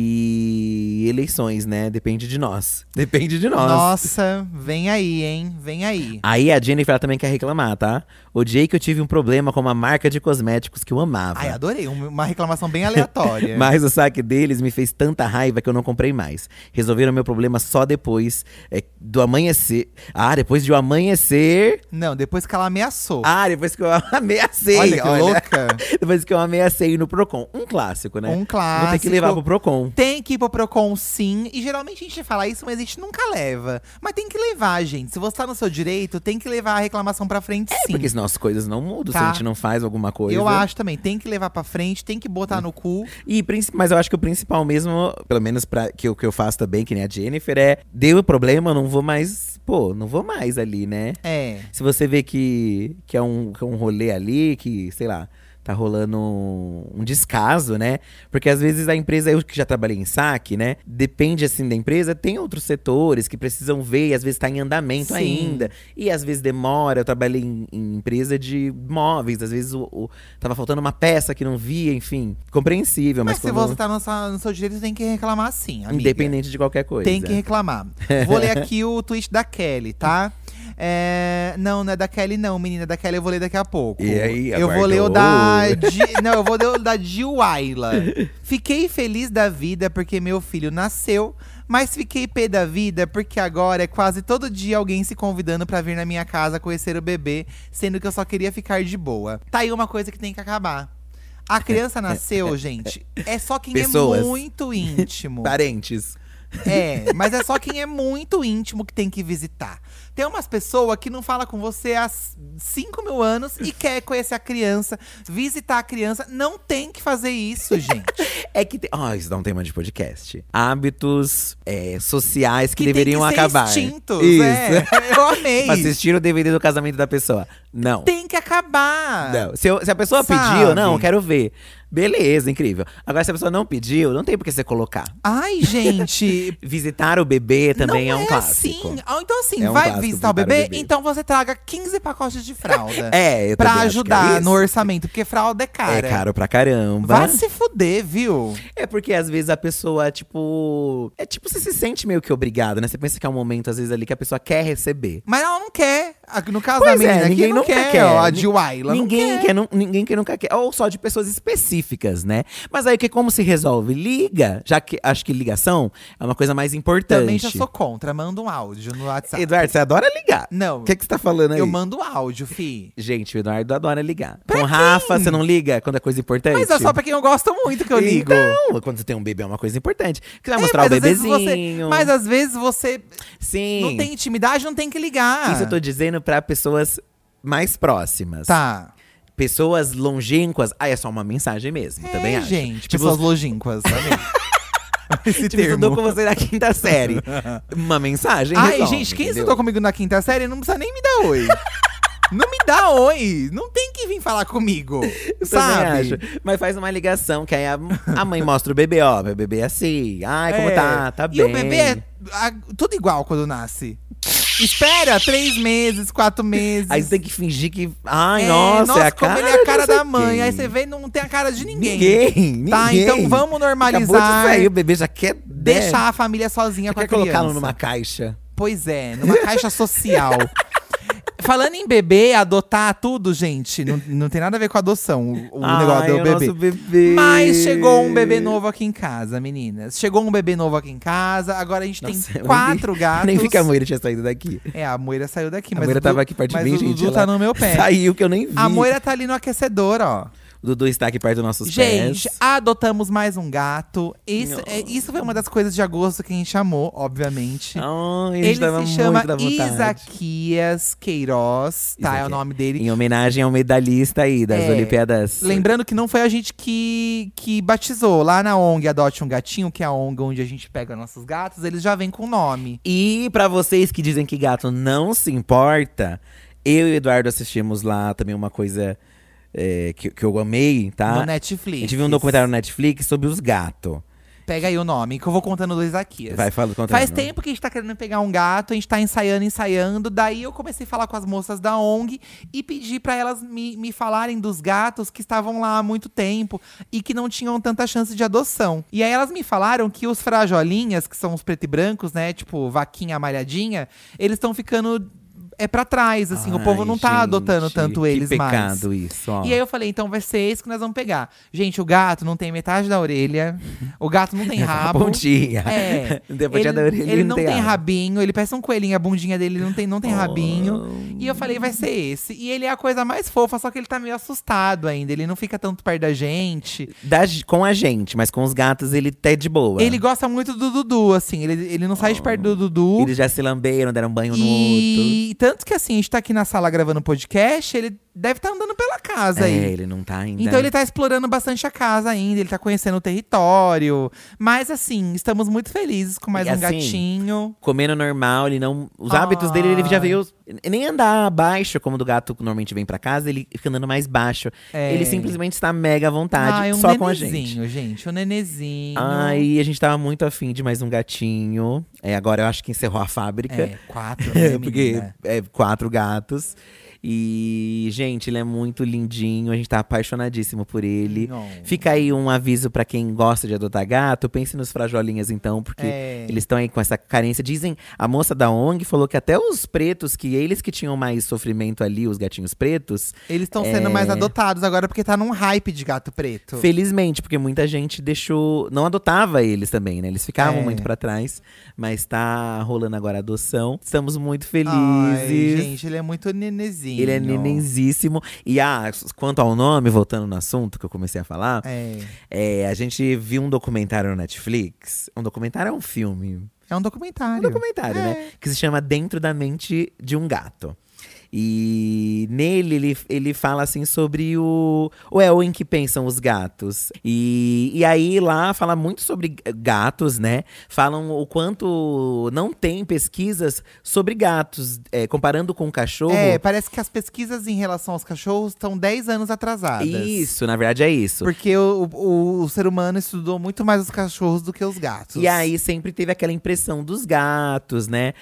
E eleições, né? Depende de nós. [laughs] Depende de nós. Nossa, vem aí, hein? Vem aí. Aí a Jennifer ela também quer reclamar, tá? Odiei que eu tive um problema com uma marca de cosméticos que eu amava. Ai, adorei. um- Uma reclamação bem aleatória. Tá [laughs] É. Mas o saque deles me fez tanta raiva que eu não comprei mais. Resolveram meu problema só depois é, do amanhecer. Ah, depois de eu amanhecer. Não, depois que ela ameaçou. Ah, depois que eu ameacei. olha que louca. [laughs] Depois que eu ameacei no Procon. Um clássico, né? Um clássico. Vou ter que levar pro Procon. Tem que ir pro Procon, sim. E geralmente a gente fala isso, mas a gente nunca leva. Mas tem que levar, gente. Se você tá no seu direito, tem que levar a reclamação pra frente, sim. É, Porque né? senão as coisas não mudam se Tá. a gente não faz alguma coisa. Eu acho também. Tem que levar pra frente, tem que É. botar no cu. E, princi- mas eu acho que o principal mesmo, pelo menos pra, que, eu, que eu faço também, que nem a Jennifer, é… Deu problema, não vou mais… Pô, não vou mais ali, né? É. Se você vê que, que, é um, que é um rolê ali, que, sei lá, tá rolando um, um descaso, né? Porque às vezes a empresa, eu que já trabalhei em saque, né? Depende assim da empresa, tem outros setores que precisam ver, e às vezes tá em andamento Sim. ainda. E às vezes demora. Eu trabalhei em, em empresa de móveis, às vezes o, o- tava faltando uma peça que não via, enfim. Compreensível, mas, Mas, se quando- você tá no, sa- no seu direito, tem que reclamar sim, amiga. independente de qualquer coisa. Tem que reclamar. Vou ler aqui o tweet da Kelly, tá? É, não, não é da Kelly, não, menina. Da Kelly eu vou ler daqui a pouco. E aí, eu vou ler o da. aguardou. Di- não, eu vou ler o da Jill Ayla. Fiquei feliz da vida porque meu filho nasceu, mas fiquei pé da vida porque agora é quase todo dia alguém se convidando pra vir na minha casa conhecer o bebê, sendo que eu só queria ficar de boa. Tá aí uma coisa que tem que acabar. A criança [laughs] nasceu, gente. É só quem é Pessoas. muito íntimo. Parentes. É, mas é só quem é muito íntimo que tem que visitar. Tem umas pessoas que não fala com você há 5 mil anos e quer conhecer a criança, visitar a criança. Não tem que fazer isso, gente. [laughs] É que. Tem... Ah, isso dá um tema de podcast. Hábitos é, sociais que, tem deveriam que ser acabar. Extintos, isso. [laughs] É. Eu amei. Assistir o DVD do casamento da pessoa. Não. Tem que acabar. Não. Se, eu- se a pessoa Sabe? pediu, não, eu quero ver. Beleza, incrível. Agora, se a pessoa não pediu, não tem por que você colocar. Ai, gente. Visitar o bebê [laughs] também não é um é clássico. assim. Ah, Então, assim, É um vai clássico visitar o visitar o bebê, bebê. então você traga 15 pacotes de fralda. É, eu Pra também acho que é ajudar isso. no orçamento, porque fralda é cara. É caro pra caramba. Vai se fuder, viu? É porque às vezes a pessoa, tipo. É tipo, você se sente meio que obrigado, né? Você pensa que é um momento, às vezes, ali que a pessoa quer receber. Mas ela não quer. A- No caso Pois da menina é, aqui, ninguém não nunca quer, quer. ó, a Ni- de Wyla. ninguém, não quer. quer. nu- ninguém que nunca quer. Ou só de pessoas específicas, né? Mas aí que como se resolve? Liga, já que acho que ligação é uma coisa mais importante. Também já sou contra. Manda um áudio no WhatsApp. Eduardo, você adora ligar. Não, O que, que você tá falando aí? eu mando áudio, fi. Gente, o Eduardo adora ligar. Com o Rafa, você não liga quando é coisa importante? Mas é só pra quem eu gosto muito que eu ligo. Então, quando você tem um bebê é uma coisa importante. Você vai É, mostrar o mas às vezes bebezinho. você- mas às vezes você Sim. não tem intimidade, não tem que ligar. Isso eu tô dizendo pra pessoas mais próximas. Tá. Pessoas longínquas. Ah, é só uma mensagem mesmo, também é, acho. gente, tipo, pessoas longínquas, sabe? [laughs] Esse tipo, estudou termo. com você na [laughs] quinta série. uma mensagem Ai, resolve, gente, quem entendeu? estudou comigo na quinta série não precisa nem me dar oi. não me dá oi. Não tem que vir falar comigo, [laughs] Eu também sabe? acho. Mas faz uma ligação, que aí a, a mãe mostra o bebê, ó, meu bebê é assim. Ai, como É. tá? Tá e bem. o bebê é a- tudo igual quando nasce. Espera três meses, quatro meses. Aí você tem que fingir que. Ai, É, nossa, é a como cara. ele é a cara não sei da mãe. quem. Aí você vê e não tem a cara de ninguém. Ninguém. Tá, ninguém. então vamos Acabou de normalizar. sair, o bebê já quer. né? Deixar a família sozinha com a Quer criança. colocá-lo numa caixa. Pois é, numa caixa [laughs] social. Falando em bebê, adotar tudo, gente, não, não tem nada a ver com adoção, o, o negócio Ai, é do o bebê. nosso bebê. Mas chegou um bebê novo aqui em casa, meninas. Chegou um bebê novo aqui em casa, agora a gente Nossa, eu tem nem- quatro gatos. [laughs] Nem vi que a Moira tinha saído daqui. É, a Moira saiu daqui, A mas Moira o Du- tava aqui perto de mas mim, o gente. Dudu ela tá no meu pé. Saiu que eu nem vi. A Moira tá ali no aquecedor, ó. O Dudu está aqui perto dos nossos Gente, pés. adotamos mais um gato. Isso, é, Não. isso foi uma das coisas de agosto que a gente amou, obviamente. Ai, a gente Ele tava se muito chama da vontade. Isaquias Queiroz, tá? É o Isaquias. nome dele. Em homenagem ao medalhista aí das É. Olimpíadas. Lembrando que não foi a gente que, que batizou. Lá na ONG Adote um Gatinho, que é a ONG onde a gente pega nossos gatos, eles já vêm com o nome. E pra vocês que dizem que gato não se importa, eu e o Eduardo assistimos lá também uma coisa é, que, que eu amei, tá? no Netflix. A gente viu um documentário no Netflix sobre os gatos. Pega aí o nome, que eu vou contando do Isaquias. Vai, fala conta. Faz tempo que a gente tá querendo pegar um gato, a gente tá ensaiando, ensaiando. Daí eu comecei a falar com as moças da ONG e pedi pra elas me, me falarem dos gatos que estavam lá há muito tempo e que não tinham tanta chance de adoção. E aí elas me falaram que os frajolinhas, que são os preto e brancos, né? Tipo, vaquinha malhadinha, eles estão ficando. É pra trás, assim, o povo não tá adotando tanto eles que mais. pecado isso, ó. E aí eu falei, então vai ser esse que nós vamos pegar. Gente, o gato não tem metade da orelha, o gato não tem [laughs] Tá rabo. Pontinha. [laughs] É. Não tem a pontinha ele, da orelha, ele não tem, ar. rabinho, ele parece um coelhinho, a bundinha dele não tem, não tem Oh. rabinho. E eu falei, vai ser esse. E ele é a coisa mais fofa, só que ele tá meio assustado ainda. Ele não fica tanto perto da gente. Da g- Oh. com a gente, mas com os gatos ele tá de boa. Ele gosta muito do Dudu, assim. Ele, ele não sai de perto Oh. do Dudu. Eles já se lamberam, deram banho um no outro. E tanto que assim, a gente tá aqui na sala gravando podcast, ele deve estar andando pela casa aí. É, ele não tá ainda. Então ele tá explorando bastante a casa ainda, ele tá conhecendo o território. Mas assim, estamos muito felizes com mais E um assim, gatinho. comendo normal, ele não. Os Ai. hábitos dele, ele Ah. já veio. Nem andar baixo, como o do gato que normalmente vem pra casa, ele fica andando mais baixo. É. Ele simplesmente está mega à vontade, Ai, um só com a gente. nenezinho, gente. Um nenezinho. Ai, a gente tava muito afim de mais um gatinho. É, agora eu acho que encerrou a fábrica. É, quatro, né, Porque menina? [laughs] é quatro gatos. E, gente, ele é muito lindinho. A gente tá apaixonadíssimo por ele. Não. Fica aí um aviso pra quem gosta de adotar gato. Pense nos frajolinhas, então, porque É. eles estão aí com essa carência. Dizem, a moça da ONG falou que até os pretos, que eles que tinham mais sofrimento ali, os gatinhos pretos, Eles estão sendo É. mais adotados agora porque tá num hype de gato preto. felizmente, porque muita gente deixou. Não adotava eles também, né? Eles ficavam É. muito pra trás. Mas tá rolando agora a adoção. Estamos muito felizes. Ai, gente, ele é muito nenenzinho. Ele é nenenzíssimo. E ah, quanto ao nome, voltando no assunto que eu comecei a falar, É. é, a gente viu um documentário no Netflix. Um documentário é um filme. É um Um documentário. documentário, É. né? Que se chama Dentro da Mente de um Gato. E nele ele, ele fala assim sobre o, o elo em que pensam os gatos. E, e aí lá fala muito sobre g- gatos, né? Falam o quanto não tem pesquisas sobre gatos, é, comparando com o cachorro. É, parece que as pesquisas em relação aos cachorros estão 10 anos atrasadas. Isso, na verdade é isso. Porque o, o, o ser humano estudou muito mais os cachorros do que os gatos. E aí sempre teve aquela impressão dos gatos, né?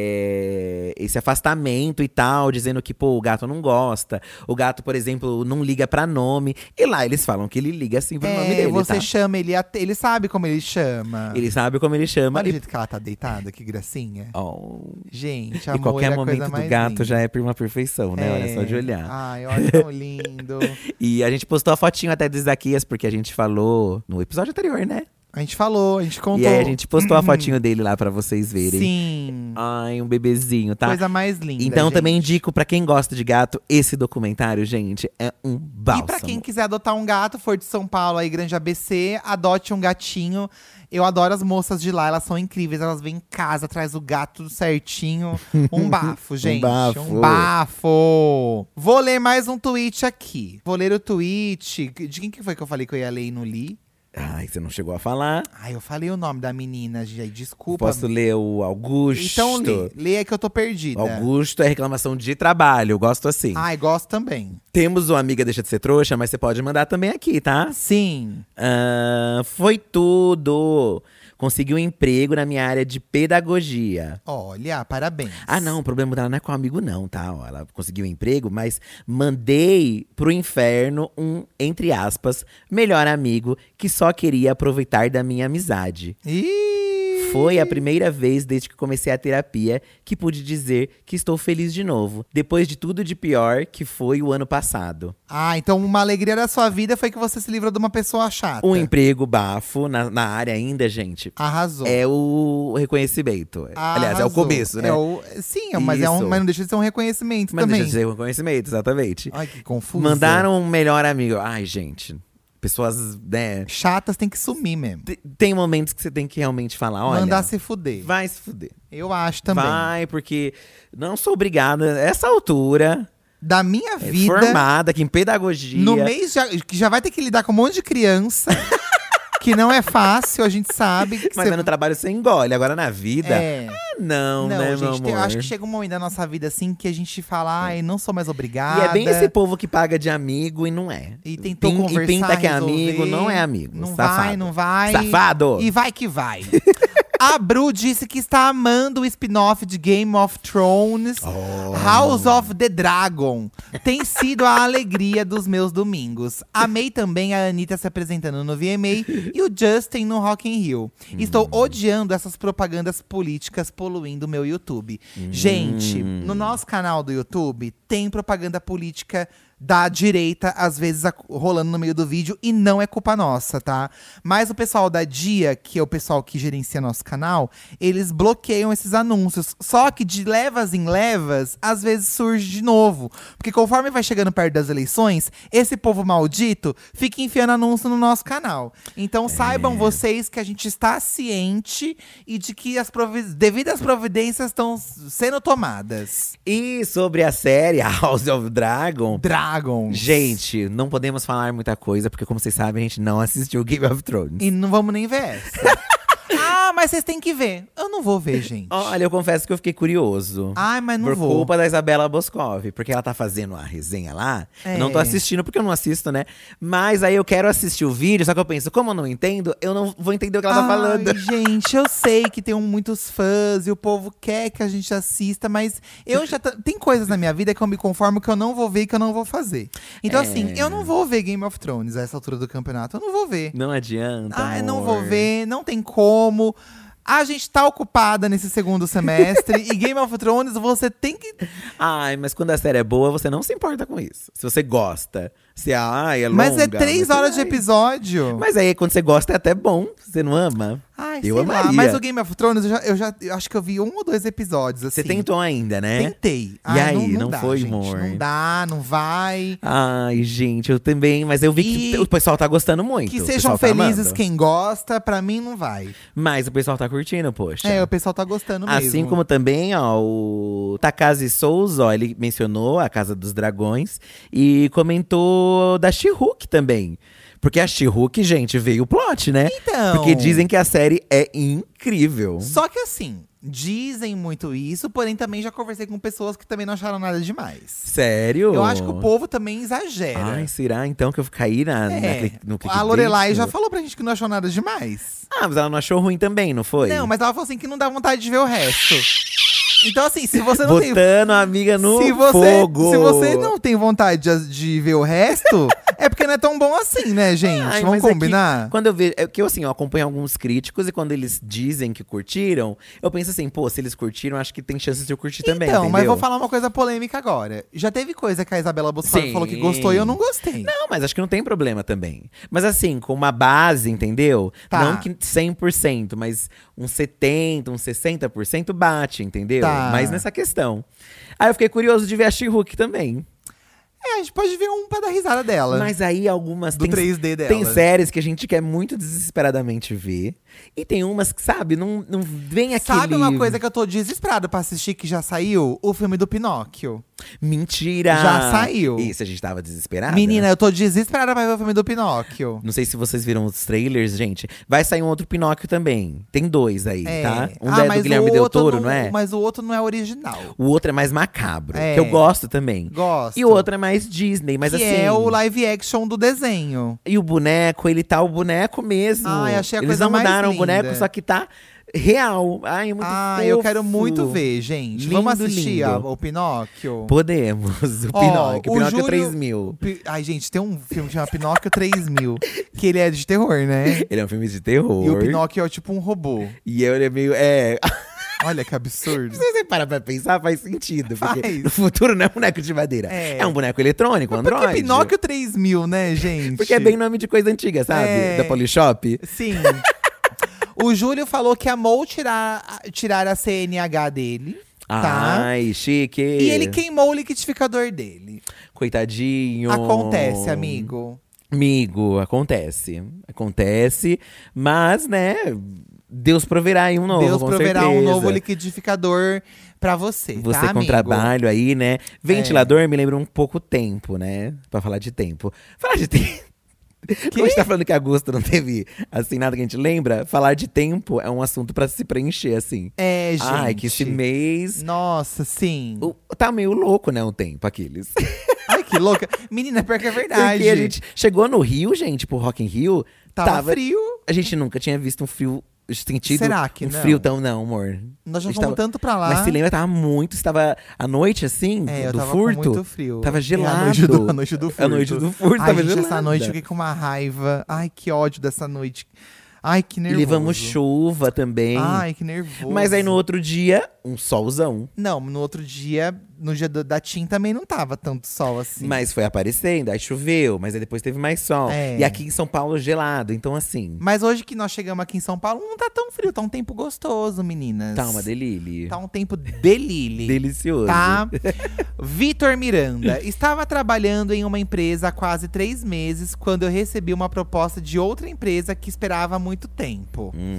É, esse afastamento e tal, dizendo que, pô, o gato não gosta. O gato, por exemplo, não liga pra nome. E lá eles falam que ele liga assim pro é, nome dele, você tá? chama ele, até- ele sabe como ele chama. Ele sabe como ele chama. Olha o E, jeito que ela tá deitada, que gracinha. Oh, Gente, e amor qualquer é a momento coisa do mais gato linda. já é pra uma perfeição, né? Olha só de É. olhar. Ai, olha [laughs] tão lindo. E a gente postou a fotinho até do Isaquias, porque a gente falou no episódio anterior, né? A gente falou, a gente contou. Uhum. E aí a gente postou a fotinho dele lá pra vocês verem. Sim. Ai, um bebezinho, tá? Coisa mais linda. Então gente. também indico pra quem gosta de gato esse documentário, gente, é um bálsamo. E pra quem quiser adotar um gato, for de São Paulo aí, Grande ABC, adote um gatinho. Eu adoro as moças de lá, elas são incríveis. Elas vêm em casa, traz o gato tudo certinho. [laughs] Um bafo, gente. bafo. Um bafo. Vou ler mais um tweet aqui. Vou ler o tweet. De quem que foi que eu falei que eu ia ler e não li? Ai, você não chegou a falar. Ai, eu falei o nome da menina, gente. Desculpa. Posso ler o Augusto? Então lê. Lê é que eu tô perdida. Augusto é reclamação de trabalho, eu gosto assim. Ai, gosto também. Temos o Amiga Deixa de Ser Trouxa, mas você pode mandar também aqui, tá? Sim. Ah, foi tudo! Consegui um emprego na minha área de pedagogia. Olha, parabéns. Ah, não, o problema dela não é com o amigo, não, tá? Ó, Ela conseguiu um emprego, mas mandei pro inferno um, entre aspas, melhor amigo que só queria aproveitar da minha amizade. Ih! Foi a primeira vez desde que comecei a terapia que pude dizer que estou feliz de novo, depois de tudo de pior que foi o ano passado. Ah, então uma alegria da sua vida foi que você se livrou de uma pessoa chata. Um emprego bafo na, na área ainda, gente. Arrasou. É o reconhecimento. Aliás, é o Arrasou. começo, né? É o- Sim, é- mas, é Isso. um, mas não deixa de ser um reconhecimento Mas também. deixa de ser reconhecimento, exatamente. Ai, que confuso. Mandaram um melhor amigo. Ai, gente. Pessoas, né? Chatas tem que sumir mesmo. te- Tem momentos que você tem que realmente falar, olha. Mandar se fuder. Vai se fuder. Eu acho também. Vai, porque não sou obrigada. Essa altura, Da minha é, vida, formada aqui em pedagogia. no mês já, que já vai ter que lidar com um monte de [laughs] criança, que não é fácil, a gente sabe. Que Mas é cê- no trabalho você engole. Agora na vida. é. ah, Não, Não, né, meu gente, amor? tem- eu acho que chega um momento da nossa vida assim que a gente fala, ai, não sou mais E obrigada. é bem esse povo que paga de amigo e não é. E tentou Pin- conversar, E pinta que é resolver. amigo, não é amigo. Não safado. vai, não vai. Safado! E vai que [laughs] vai. A Bru disse que está amando o spin-off de Game of Thrones, Oh. House of the Dragon. Tem sido a alegria dos meus domingos. Amei também a Anitta se apresentando no VMA e o Justin no Rock in Rio. Estou Hum. odiando essas propagandas políticas poluindo o meu YouTube. Gente, Hum. no nosso canal do YouTube tem propaganda política da direita, às vezes, ac- rolando no meio do vídeo, e não é culpa nossa, tá? Mas o pessoal da Dia, que é o pessoal que gerencia nosso canal, eles bloqueiam esses anúncios. Só que de levas em levas, às vezes surge de novo. Porque conforme vai chegando perto das eleições, esse povo maldito fica enfiando anúncio no nosso canal. Então saibam vocês que a gente está ciente e de que as provi- devidas providências estão s- sendo tomadas. E sobre a série House of Dragon. Dragon. Gente, não podemos falar muita coisa, porque como vocês sabem, a gente não assistiu Game of Thrones. E não vamos nem ver essa. [laughs] ah, mas vocês têm que ver. Eu não vou ver, gente. Olha, eu confesso que eu fiquei curioso. Ai, mas Ah, não por vou. culpa da Isabela Boscov, porque ela tá fazendo a resenha lá. Eu não tô É. assistindo, porque eu não assisto, né? Mas aí eu quero assistir o vídeo, só que eu penso, como eu não entendo, eu não vou entender o que ela tá Ai, falando. [laughs] gente, eu sei que tem um- muitos fãs e o povo quer que a gente assista, mas eu já. ta- Tem coisas na minha vida que eu me conformo que eu não vou ver e que eu não vou fazer. Então, assim, É. eu não vou ver Game of Thrones a essa altura do campeonato. Eu não vou ver. Não adianta. Ah, eu não Então, amor. vou ver, não tem como. A gente tá ocupada nesse segundo semestre e Game of Thrones você tem que Ai, mas quando a série é boa, você não se importa com isso. Se você gosta, Se é, ai, é longa. Mas é três mas- horas de ai. episódio. Mas aí, quando você gosta, é até bom. Você não ama? Ai, eu sei lá. amaria. Mas o Game of Thrones, eu já, eu já- eu acho que eu vi um ou dois episódios, assim. Você tentou ainda, né? Tentei. E Ai, aí, não dá, foi, gente, amor? Não dá, não vai. Ai, gente, eu também. Mas eu vi que E- o pessoal tá gostando muito. Que o sejam pessoal tá felizes amando. quem gosta, pra mim não vai. Mas o pessoal tá curtindo, poxa. É, o pessoal tá gostando mesmo. Assim como também, ó, o Takashi Souza, ó, ele mencionou a Casa dos Dragões e comentou da She-Hulk também. Porque a She-Hulk, gente, veio o plot, né? Então. Porque dizem que a série é incrível. Só que assim, dizem muito isso, porém também já conversei com pessoas que também não acharam nada demais. Sério? Eu acho que o povo também exagera. Ai, será então que eu caí na, na É, cli- no clickbait? a Lorelai já falou pra gente que não achou nada demais. Ah, mas ela não achou ruim também, não foi? Não, mas ela falou assim que não dá vontade de ver o resto. Então, assim, se você não tem. Botando a amiga no se você, fogo. se você não tem vontade de, de ver o [laughs] resto, é porque não é tão bom assim, né, gente? Ai, Vamos mas é que combinar? quando eu vejo. É que eu, assim, eu acompanho alguns críticos e quando eles dizem que curtiram, eu penso assim, pô, se eles curtiram, acho que tem chance de eu curtir também. então, mas entendeu? vou falar uma coisa polêmica agora. Já teve coisa que a Isabela Bolsonaro Sim. falou que gostou e eu não gostei. Não, mas acho que não tem problema também. Mas assim, com uma base, entendeu? Tá. Não que 100%, mas um uns 70%, uns 60% bate, entendeu? Tá. Mas nessa questão. Aí eu fiquei curioso de ver a She-Hulk também. É, a gente pode ver um pra dar risada dela. Mas aí algumas do 3D dela. né? Tem séries que a gente quer muito desesperadamente ver. E tem umas que, sabe, não, não vem aquele… Sabe uma coisa que eu tô desesperado pra assistir que já saiu? O filme do Pinóquio. Mentira! Já saiu. Isso, a gente tava desesperada. Menina, eu tô desesperada pra ver o filme do Pinóquio. Não sei se vocês viram os trailers, gente. Vai sair um outro Pinóquio também. Tem dois aí, É. tá? Um Ah, é mas do o Guilherme Del outro Toro, não, é? Mas o outro não é original. O outro é mais macabro, É. que eu gosto também. Gosto. E o outro é mais Disney, mas que assim… é o live action do desenho. E o boneco, ele tá o boneco mesmo. Ai, achei a Eles coisa não mais mudaram o boneco, linda. só que tá real. Ai, é muito ah, eu fofo. quero muito ver, gente. Vamos Lindo, assistir lindo. a- o Pinóquio. Podemos. [laughs] O Ó, Pinóquio. é O o Pinóquio Júlio- 3000. Pi- Ai, gente, tem um filme que chama Pinóquio 3000, que ele é de terror, né? Ele é um filme de terror. E o Pinóquio é tipo um robô. E ele é meio. É. [laughs] Olha que absurdo. Se você parar pra pensar, faz sentido. Porque Faz. no futuro não é um boneco de madeira. É. É, um boneco eletrônico, Android. Porque Pinóquio 3000, né, gente? Porque é bem nome de coisa antiga, sabe? É. Da Polishop. Sim. o Júlio falou que amou tirar, tirar a CNH dele, tá? Ai, chique. E ele queimou o liquidificador dele. Coitadinho. Acontece, amigo. Amigo, acontece. Acontece. Mas, né, Deus proverá aí um novo. Deus com proverá um certeza. novo liquidificador pra você, Você tá, com amigo? É. trabalho aí, né? Ventilador me lembra um pouco tempo, né? Pra falar de tempo. Falar de tempo. Quando a gente tá falando que agosto não teve, assim, nada que a gente lembra, falar de tempo é um assunto pra se preencher, assim. É, gente. Hum. Ai, que esse mês. Nossa, sim. o- Tá meio louco, né? O tempo, aqueles. Ai, que louca. Menina, pior que é verdade. [laughs] Porque a gente chegou no Rio, gente, pro Rock in Rio. tava, frio. A gente nunca tinha visto um frio. Sentido Será que um não? frio tão, não, amor. Nós A já gente fomos tava- tanto pra lá. Mas se lembra, tava muito. Estava à noite, assim, é, eu do tava furto. com muito frio. Tava É, gelado. A noite do, a noite do furto. [laughs] A noite do furto Ai, tava gente, gelada. essa noite eu fiquei com uma raiva. Ai, que ódio dessa noite. Ai, que E nervoso. levamos chuva também. Ai, que nervoso. Mas aí no outro dia, um solzão. Não, no outro dia, no dia do- da Tim também não tava tanto sol assim. Mas foi aparecendo, aí choveu, mas aí depois teve mais sol. É. E aqui em São Paulo gelado, então assim, Mas hoje que nós chegamos aqui em São Paulo, não tá tão frio, tá um tempo gostoso, meninas. tá uma delírio. Tá um tempo delírio. [laughs] Delicioso. Tá? Vitor Miranda. Estava trabalhando em uma empresa há quase três meses quando eu recebi uma proposta de outra empresa que esperava há muito tempo. Hum.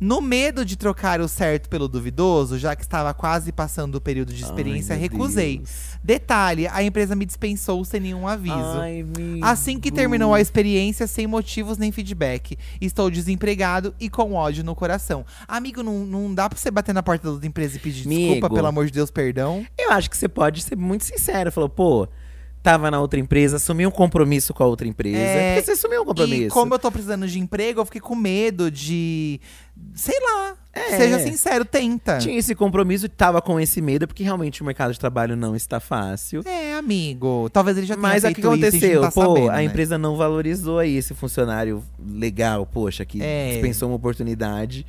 No medo de trocar o certo pelo duvidoso, já que estava quase passando o período de experiência, Ai, meu recusei. Deus. Detalhe: a empresa me dispensou sem nenhum aviso. Ai, amigo. Assim que terminou a experiência, sem motivos nem feedback. Estou desempregado e com ódio no coração. Amigo, não, não dá pra você bater na porta da outra empresa e pedir desculpa, Amigo. pelo amor de Deus, perdão. Eu acho que você pode ser muito sincero. Falou, pô, tava na outra empresa, assumiu um compromisso com a outra empresa. É, Porque você assumiu um compromisso. E como eu tô precisando de emprego, eu fiquei com medo de. Sei lá. É. Seja sincero, tenta. Tinha esse compromisso, tava com esse medo, porque realmente o mercado de trabalho não está fácil. É, amigo. Talvez ele já tenha Mas o feito que isso, a gente aconteceu? não tá Pô, sabendo, a né? empresa não valorizou aí esse funcionário legal, poxa, que É. dispensou uma oportunidade.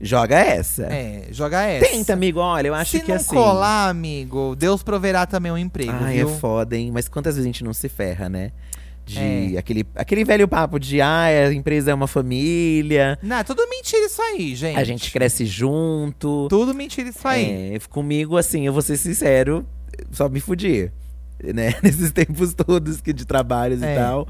Joga essa. É, joga essa. Tenta, amigo, olha, eu acho Se que não assim. colar, amigo, Deus proverá também um emprego, Ai, viu? é foda, hein? Mas quantas vezes a gente não se ferra, né? De aquele, aquele velho papo de ah, a empresa é uma família, Não, é tudo mentira isso aí, gente. a gente cresce junto. Tudo mentira isso aí. É, comigo, assim, eu vou ser sincero, só me fudi. Né? [laughs] Nesses tempos todos que de trabalhos É. e tal.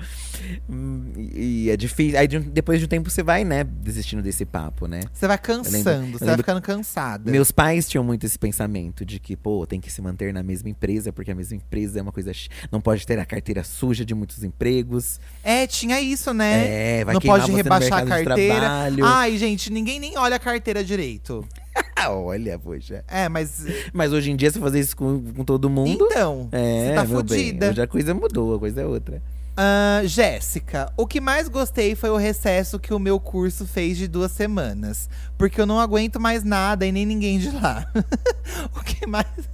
Hum, E, e é difícil. Aí de um- depois de um tempo você vai, né, desistindo desse papo, né? Você vai eu cansando, você vai lembro- ficando cansada. Meus pais tinham muito esse pensamento de que, pô, tem que se manter na mesma empresa, porque a mesma empresa é uma coisa. chi- Não pode ter a carteira suja de muitos empregos. É, tinha isso, né? É, vai não queimar pode você no rebaixar a mercado de carteira. Ah. trabalho. Ai, gente, ninguém nem olha a carteira direito. Ah, olha, poxa. É, mas. Mas hoje em dia, se fazer isso com, com todo mundo. Então, É, você tá meu bem, fudida. Hoje a coisa mudou, a coisa é outra. Ah, Jéssica, o que mais gostei foi o recesso que o meu curso fez de duas semanas. Porque eu não aguento mais nada e nem ninguém de lá. [laughs] o que mais. [laughs]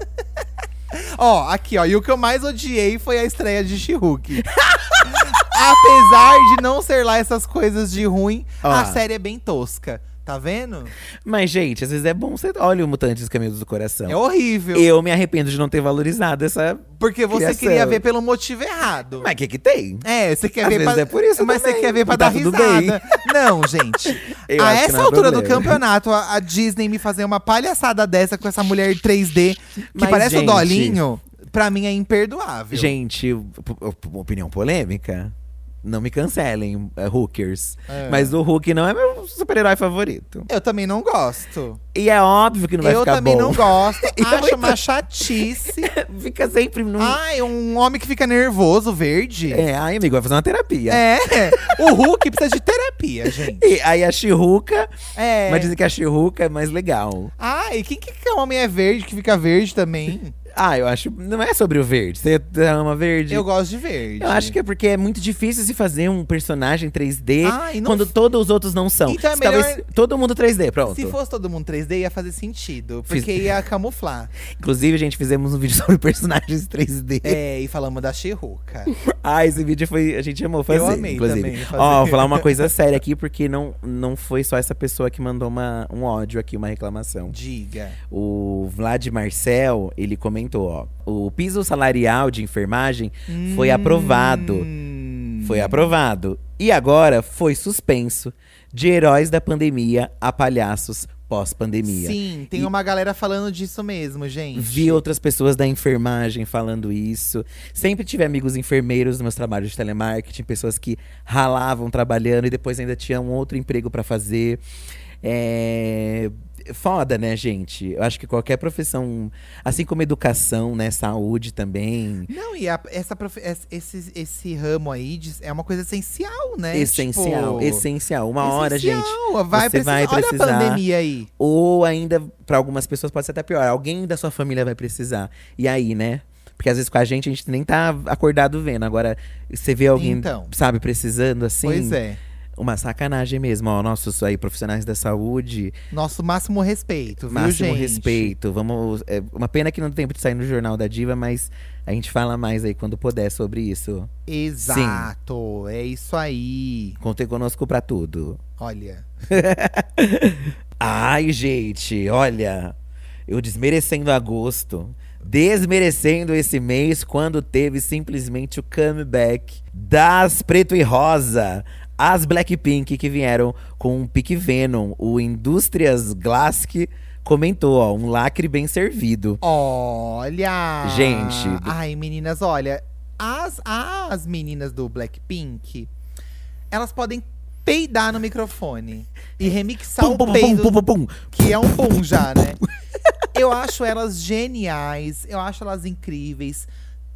ó, aqui, ó. E o que eu mais odiei foi a estreia de She-Hulk. [laughs] Apesar de não ser lá essas coisas de ruim, Ó. a série é bem tosca. Tá vendo? Mas, gente, às vezes é bom você. Olha o Mutante dos Caminhos do Coração. É horrível. Então. Eu me arrependo de não ter valorizado essa. Porque você Criação. queria ver pelo motivo errado. Mas o que que tem? É, você quer Às ver vezes pra... é por isso Mas também, você quer ver pra e dar tá tudo bem. risada. [laughs] Não, gente. Eu a acho que essa não é altura do problema. campeonato, a, a Disney me fazer uma palhaçada dessa com essa mulher 3D que Mas, parece o gente- Dolinho, pra mim é imperdoável. Gente, p- p- opinião polêmica? Não me cancelem, é, hookers. É. Mas o Hulk não é meu super-herói favorito. Eu também não gosto. E é óbvio que não vai eu ficar também [laughs] bom. é não gosto. Eu acho também uma [laughs] chatice. Fica sempre num. Ai, um homem que fica nervoso, verde. É, ai, amigo, vai fazer uma terapia. É, o Hulk precisa de terapia, gente. E aí a Chirruca. É. Mas dizem que a Chirruca é mais legal. Ai, quem que é um homem é verde que fica verde também? Ah, eu acho. Não é sobre o verde. Você ama verde? Eu gosto de verde. Eu acho que é porque é muito difícil se fazer um personagem 3D Ah, e não quando todos os outros não são. Então é Se talvez melhor- todo mundo 3D, pronto. Se fosse todo mundo 3D, ia fazer sentido. Fiz- Porque [laughs] ia camuflar. Inclusive, gente, fizemos um vídeo [laughs] sobre [laughs] personagens 3D. É, e falamos da Xirruca. Ah, esse vídeo foi. A gente amou fazer. amei inclusive. também fazer. Ó, vou falar uma [laughs] coisa séria aqui, porque não, não foi só essa pessoa que mandou uma, um ódio aqui, uma reclamação. Diga. O Vlad Marcel, ele comentou, ó. O piso salarial de enfermagem foi aprovado. Hum. Foi aprovado. E agora foi suspenso. De heróis da pandemia a palhaços pós-pandemia. Sim, tem E- uma galera falando disso mesmo, gente. Vi outras pessoas da enfermagem falando isso. Sempre tive amigos enfermeiros nos meus trabalhos de telemarketing, pessoas que ralavam trabalhando e depois ainda tinham outro emprego pra fazer. É. Foda, né, gente? Eu acho que qualquer profissão, assim como educação, né, saúde também, Não, e a- essa profe- es- esse, esse ramo aí de- é uma coisa essencial, né? essencial, Tipo, essencial. Uma hora, essencial. gente, Vai você precisar. vai precisar. Olha a pandemia aí. Ou ainda, pra algumas pessoas, pode ser até pior. Alguém da sua família vai precisar. E aí, né? Porque às vezes com a gente, a gente nem tá acordado vendo. Agora, você vê alguém, Então. sabe, precisando, assim. Pois é. Uma sacanagem mesmo. Ó, nossos aí, profissionais da saúde, Nosso máximo respeito, viu, máximo gente? respeito. Vamos. É uma pena que não tem tempo de sair no Jornal da Diva, mas a gente fala mais aí quando puder sobre isso. Exato. É isso aí. Contem conosco pra tudo. Olha. Ai, gente, olha, eu desmerecendo agosto, desmerecendo esse mês quando teve simplesmente o comeback das Preto e Rosa, as Blackpink que vieram com um pique Venom, o Indústrias Glass que comentou, ó, um lacre bem servido. Olha! Gente. Ai, meninas, olha. As, as meninas do Blackpink, elas podem peidar no microfone e remixar o peido, pum, pum, pum. que é um pum já, né? Eu acho elas geniais, eu acho elas incríveis.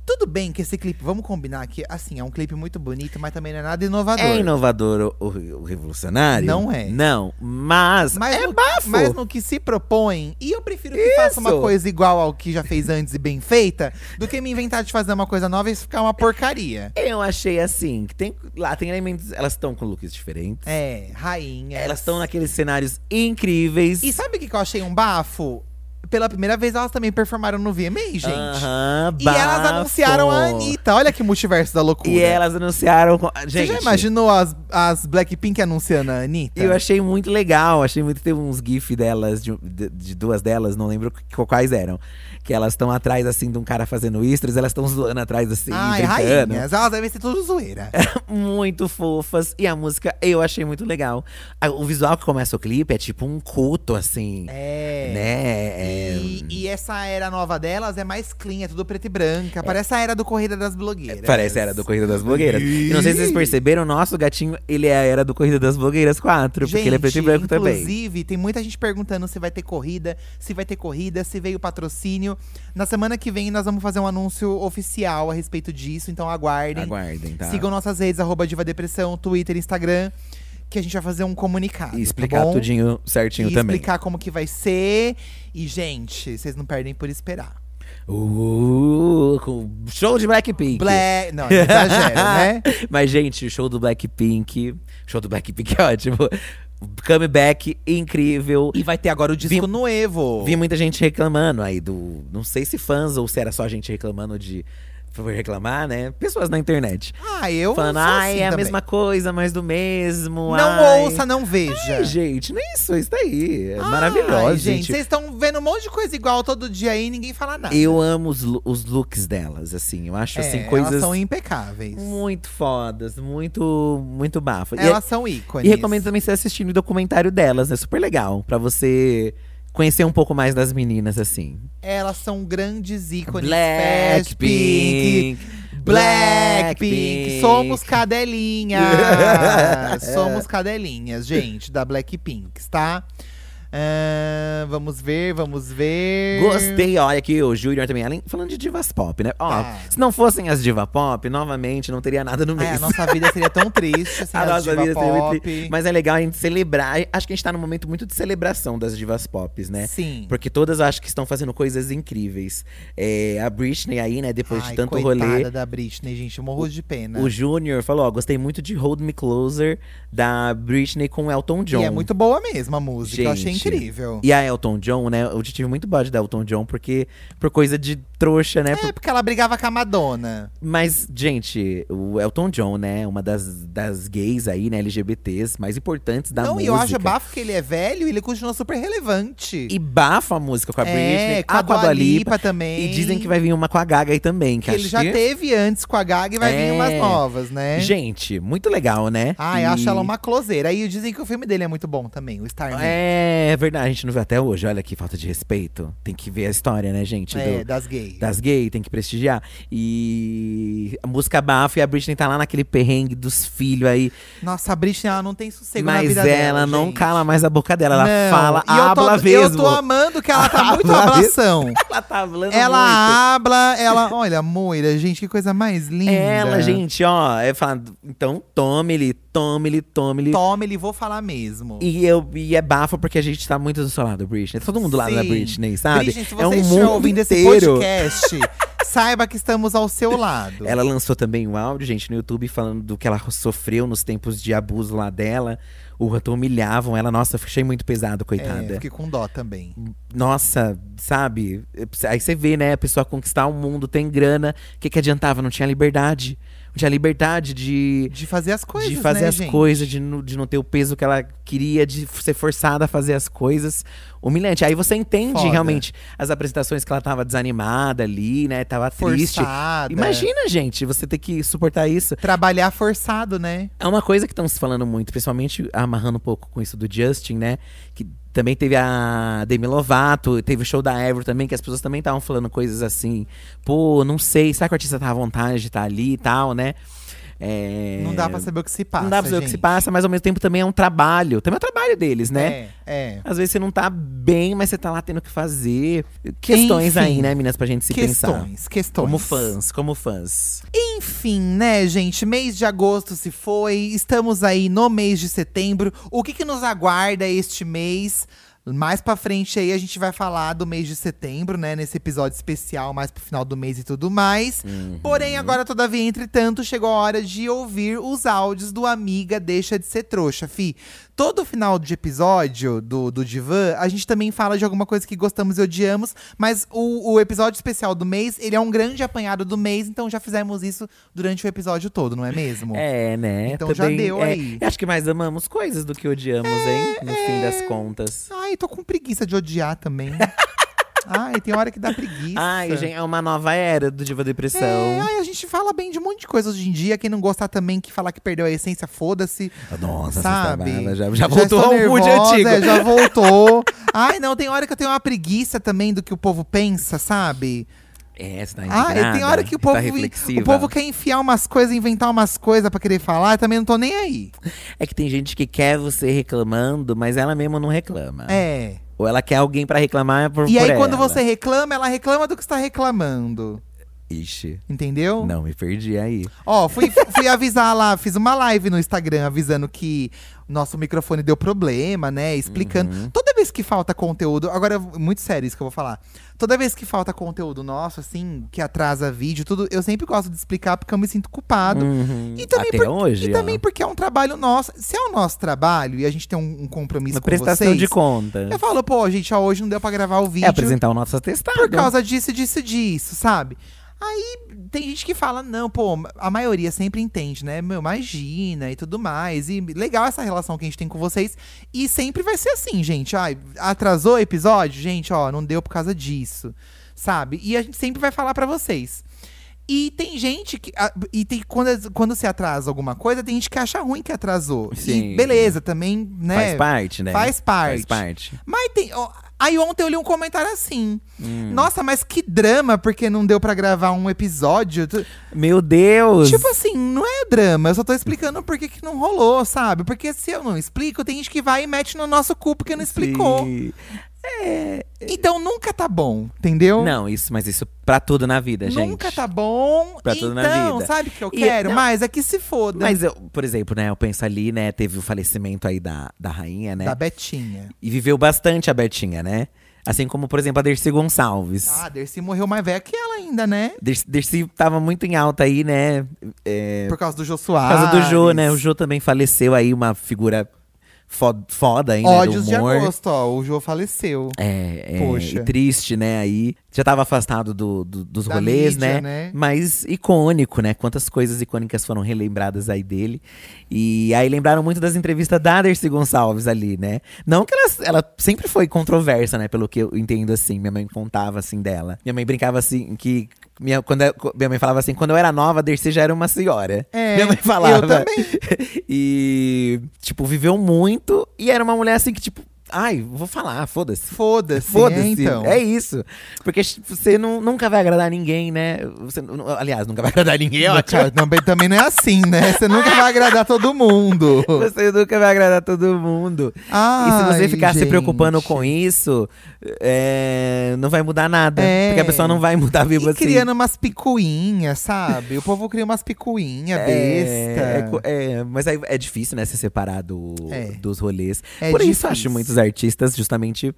Tudo bem que esse clipe, vamos combinar que, assim, é um clipe muito bonito, mas também não é nada inovador. É inovador o, o- o revolucionário? Não é. Não, mas, Mas, é no, bafo. mas no que se propõe, e eu prefiro que faça uma Isso. coisa igual ao que já fez antes e bem feita, do que me inventar de fazer uma coisa nova e isso ficar uma porcaria. Eu achei assim, que tem lá tem elementos, elas estão com looks diferentes. É, rainha. Elas estão naqueles cenários incríveis. E sabe o que que eu achei um bafo? pela primeira vez, elas também performaram no VMA, gente. Aham, E elas bafo. anunciaram a Anitta. Olha que multiverso da loucura. E elas anunciaram. com- Você Gente, já imaginou as, as Blackpink anunciando a Anitta? Eu achei muito legal, achei muito. Teve uns gifs delas, de, de- de duas delas, não lembro qu- quais eram. Que elas estão atrás, assim, de um cara fazendo extras, elas estão zoando atrás, assim, Ai, brincando. rainhas, elas devem ser tudo zoeira. [laughs] É. muito fofas. E a música eu achei muito legal. A- O visual que começa o clipe é tipo um culto, assim. É. Né? É, E, e essa era nova delas é mais clean, é tudo preto e branca. Parece a era do Corrida das Blogueiras. Parece a era do Corrida das Blogueiras. E não sei se vocês é Ih. perceberam, nosso gatinho, ele é a era do Corrida das Blogueiras 4, porque ele é preto e branco também. Inclusive, tem muita gente perguntando se vai ter corrida, se vai ter corrida, se veio patrocínio. Na semana que vem nós vamos fazer um anúncio oficial a respeito disso, então aguardem. Aguardem, tá? Sigam nossas redes, arroba Diva Depressão, Twitter, Instagram, que a gente vai fazer um comunicado. E explicar tá bom? tudinho certinho e também. explicar como que vai ser. E, gente, vocês não perdem por esperar. Uh, com- show de Blackpink. Black. Não, [laughs] exagero, né? Mas, gente, o show do Blackpink. Show do Blackpink é ótimo. Comeback incrível. E vai ter agora o disco Vim- no Evo. Vi muita gente reclamando aí do. Não sei se fãs ou se era só gente reclamando de. Por reclamar, né? Pessoas na internet. Ah, eu. falando, sou assim ai, é a também. mesma coisa, mais do mesmo. Não ai." ouça, não veja. Ai, gente, não é isso, isso daí. É Ai, maravilhoso, gente. Vocês estão vendo um monte de coisa igual todo dia aí e ninguém fala nada. Eu amo os, lu- os looks delas, assim. Eu acho, É, assim, coisas Elas são impecáveis. muito fodas, muito, muito bafas. E- é- Elas são E ícones. recomendo também você assistir o documentário delas, é super legal. Pra você conhecer um pouco mais das meninas, assim. Elas são grandes ícones. Blackpink. Blackpink. Blackpink. Somos [laughs] cadelinhas. Somos cadelinhas, gente, da Blackpink, tá? Ahn, vamos ver, vamos ver. Gostei, olha aqui o Júnior também, além, falando de divas pop, né? Ó, Tá. se não fossem as diva pop, novamente não teria nada no Ai, mês. a nossa vida É, seria tão triste sem [laughs] A as nossa diva vida seria muito pop. tri- Mas é legal a gente celebrar. Acho que a gente tá num momento muito de celebração das divas pop, né? Sim. Porque todas acho que estão fazendo coisas incríveis. É, a Britney aí, né, depois Ai, de tanto coitada né? rolê. da Britney, gente, eu morro de pena. O Júnior falou, ó, gostei muito de Hold Me Closer, da Britney com Elton John. E é muito boa mesmo a música, eu achei Gente. incrível. E a Elton John, né, eu tive muito bode da Elton John, porque… Por coisa de trouxa, né, É, porque ela brigava com a Madonna. Mas, gente, o Elton John, né? Uma das, das gays aí, né? LGBTs mais importantes da não, e música. eu acho bafo que ele é velho e ele continua super relevante. E bafa a música com a Britney, é, com a, Dua Lipa também. E dizem que vai vir uma com a Gaga aí também. Que Que ele acho já que- teve antes com a Gaga e vai É. vir umas novas, né? Gente, muito legal, né? Ah, eu E- acho ela uma closeira. E dizem que o filme dele é muito bom também, o Star É, É, é verdade, a gente não viu até hoje. Olha que falta de respeito. Tem que ver a história, né, gente? do- É, das gays. das gays, tem que prestigiar. E a música bafa e a Britney tá lá naquele perrengue dos filhos aí. Nossa, a Britney, ela não tem sossego na Mas vida ela dela, não gente. cala mais a boca dela, ela Não. fala, e eu habla tô, mesmo. Eu tô amando que ela tá muito Habla abração. [laughs] Ela tá falando muito. Ela habla, ela. Olha, moira, gente, que coisa mais linda. Ela, gente, ó, é falando, então tome-lhe, tome-lhe, tome-lhe. Toma, ele vou falar mesmo. E, eu, e é bafo porque a gente tá muito do seu lado, Britney. Todo mundo lá da Sim. Britney, sabe? Britney, se é você um estiver mundo ouvindo esse inteiro. [laughs] podcast, saiba que estamos ao seu lado. Ela lançou também um áudio, gente, no YouTube falando do que ela sofreu nos tempos de abuso lá dela. O rato humilhavam ela. Nossa, eu achei muito pesado, é, coitada. fiquei com dó também. Nossa, sabe? Aí você vê, né? A pessoa conquistar o mundo, tem grana. O que, que adiantava? Não tinha liberdade. Não tinha liberdade de, De fazer as coisas. de fazer né, as gente? coisas, de, nu- de não ter o peso que ela queria, de f- ser forçada a fazer as coisas. Humilhante. Aí você entende Foda. realmente as apresentações que ela tava desanimada ali, né? Tava triste. Forçada. Imagina, gente, você ter que suportar isso. Trabalhar forçado, né? É uma coisa que estão se falando muito, principalmente amarrando um pouco com isso do Justin, né? Que também teve a Demi Lovato, teve o show da Ever também, que as pessoas também estavam falando coisas assim. Pô, não sei, será que o artista tá à vontade de estar ali e tal, né? É, Não dá pra saber o que se passa. Não dá pra saber o que se gente. passa, mas ao mesmo tempo também é um trabalho. Também é um trabalho deles, né? É, é. Às vezes você não tá bem, mas você tá lá tendo que fazer. Questões Enfim. aí, né, meninas, pra gente se pensar. questões, questões. Como fãs, como fãs. Enfim, né, gente? Mês de agosto se foi, estamos aí no mês de setembro. O que, que nos aguarda este mês? Mais pra frente aí a gente vai falar do mês de setembro, né? Nesse episódio especial, mais pro final do mês e tudo mais. Porém, agora, todavia, entretanto, chegou a hora de ouvir os áudios do Amiga Deixa de Ser Trouxa. Fi, todo final de episódio do, do Divã, a gente também fala de alguma coisa que gostamos e odiamos, mas o, o episódio especial do mês, ele é um grande apanhado do mês, então já fizemos isso durante o episódio todo, não é mesmo? É, né? Então já deu é, aí. É, Acho que mais amamos coisas do que odiamos, hein? No fim das contas. Ai, tô com preguiça de odiar também. [laughs] Ai, tem hora que dá preguiça. Ai, gente, é uma nova era do Diva Depressão. É, ai, a gente fala bem de um monte de coisa hoje em dia. Quem não gostar também, que falar que perdeu a essência, foda-se. Nossa, sabe? essa tabela já, já voltou ao estou mood nervosa, antigo. é, [laughs] já voltou. Ai, não, tem hora que eu tenho uma preguiça também do que o povo pensa, sabe? É, você tá Ah, e tem indignada? hora que o Tá povo, reflexiva? o povo quer enfiar umas coisas, inventar umas coisas pra querer falar. Eu também não tô nem aí. É que tem gente que quer você reclamando, mas ela mesma não reclama. É. Ou ela quer alguém pra reclamar por E Ah. por aí, quando ela. você reclama, ela reclama do que está reclamando. Ixi, Entendeu? não, me perdi aí. Ó, fui, fui avisar lá, fiz uma live no Instagram avisando que nosso microfone deu problema, né? Explicando. Uhum. Toda vez que falta conteúdo. Agora, muito sério isso que eu vou falar. Toda vez que falta conteúdo nosso, assim, que atrasa vídeo, tudo, eu sempre gosto de explicar porque eu me sinto culpado. Uhum. E também, Até por- hoje, e ó. também porque é um trabalho nosso. Se é o nosso trabalho e a gente tem um, um compromisso Uma com prestação vocês, de conta. eu falo, pô, gente, ó, hoje não deu pra gravar o É vídeo apresentar o nosso atestado. por causa disso, disso, disso, sabe? Aí tem gente que fala, não, pô, a maioria sempre entende, né? Meu, imagina e tudo mais. E legal essa relação que a gente tem com vocês. E sempre vai ser assim, gente. Ai, atrasou o episódio? Gente, ó, não deu por causa disso, sabe? E a gente sempre vai falar pra vocês. E tem gente que. a- E tem, quando, quando se atrasa alguma coisa, tem gente que acha ruim que atrasou. Sim. E beleza, também, né? Faz parte, né? Faz parte. Faz parte. Mas tem. ó, aí ontem eu li um comentário assim. Hum. Nossa, mas que drama, porque não deu pra gravar um episódio. Tu- Meu Deus! Tipo assim, não é drama, eu só tô explicando por que que não rolou, sabe? Porque se eu não explico, tem gente que vai e mete no nosso cu porque não explicou. Sim. Então nunca tá bom, entendeu? Não, isso, mas isso pra tudo na vida, gente. Nunca tá bom. Pra então, tudo na vida. sabe o que eu E- quero? não. Mas é que se foda. Mas eu, por exemplo, né, eu penso ali, né, teve o falecimento aí da, da rainha, né? Da Betinha. E viveu bastante a Betinha, né? Assim como, por exemplo, a Dercy Gonçalves. Ah, a Dercy morreu mais velha que ela ainda, né? Dercy, Dercy tava muito em alta aí, né? É, Por causa do Jô por Soares. causa do Jô, né? O Jô também faleceu aí, uma figura fo- foda aí, né? do Ódios de humor. agosto, ó. O Jô faleceu. É, é Poxa. e triste, né? Aí já tava afastado do- do- dos Da rolês, mídia, né? né? Mas icônico, né? Quantas coisas icônicas foram relembradas aí dele. E aí lembraram muito das entrevistas da Dercy Gonçalves ali, né? Não que ela, ela sempre foi controversa, né? Pelo que eu entendo, assim. Minha mãe contava, assim, dela. Minha mãe brincava, assim, que… Minha, quando eu- minha mãe falava assim, quando eu era nova, a Dercy já era uma senhora. É, minha mãe eu falava. também. [laughs] e, tipo, viveu muito. E era uma mulher, assim, que tipo… Ai, vou falar, foda-se. Foda-se. Foda-se, é, então. é isso. Porque você nu- nunca vai agradar ninguém, né? Você, nu- aliás, nunca vai agradar ninguém, é ó. Cara, também, também não é assim, né? Você nunca vai agradar todo mundo. Você nunca vai agradar todo mundo. e se Ai, você ficar se gente. preocupando com isso, é, não vai mudar nada. É. Porque a pessoa não vai mudar vivo E assim. criando umas picuinhas, sabe? O povo cria umas picuinhas É, é co- besta. é, mas aí é difícil, né, se separar do- É. dos rolês. É Por isso, difícil. acho muitos artistas justamente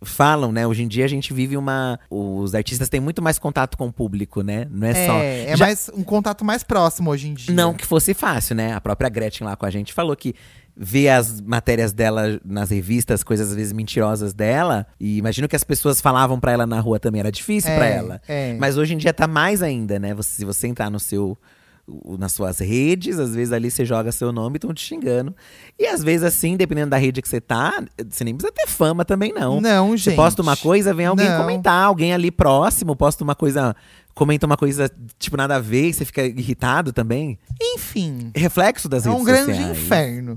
falam, né? Hoje em dia a gente vive uma. Os artistas têm muito mais contato com o público, né? Não é, É, só. é Já- mais um contato mais próximo hoje em dia. Não que fosse fácil, né? A própria Gretchen lá com a gente falou que vê as matérias dela nas revistas, coisas às vezes mentirosas dela, e imagino que as pessoas falavam pra ela na rua também, era difícil É, pra ela. é. Mas hoje em dia tá mais ainda, né? Você- se você entrar no seu o- nas suas redes, às vezes ali você joga seu nome e estão te xingando. E às vezes assim, dependendo da rede que você tá, você nem precisa ter fama também não. Não, Você gente. posta uma coisa, vem alguém Não. comentar, alguém ali próximo posta uma coisa, comenta uma coisa tipo nada a ver, e você fica irritado também. Enfim, Reflexo das é redes um grande sociais. inferno.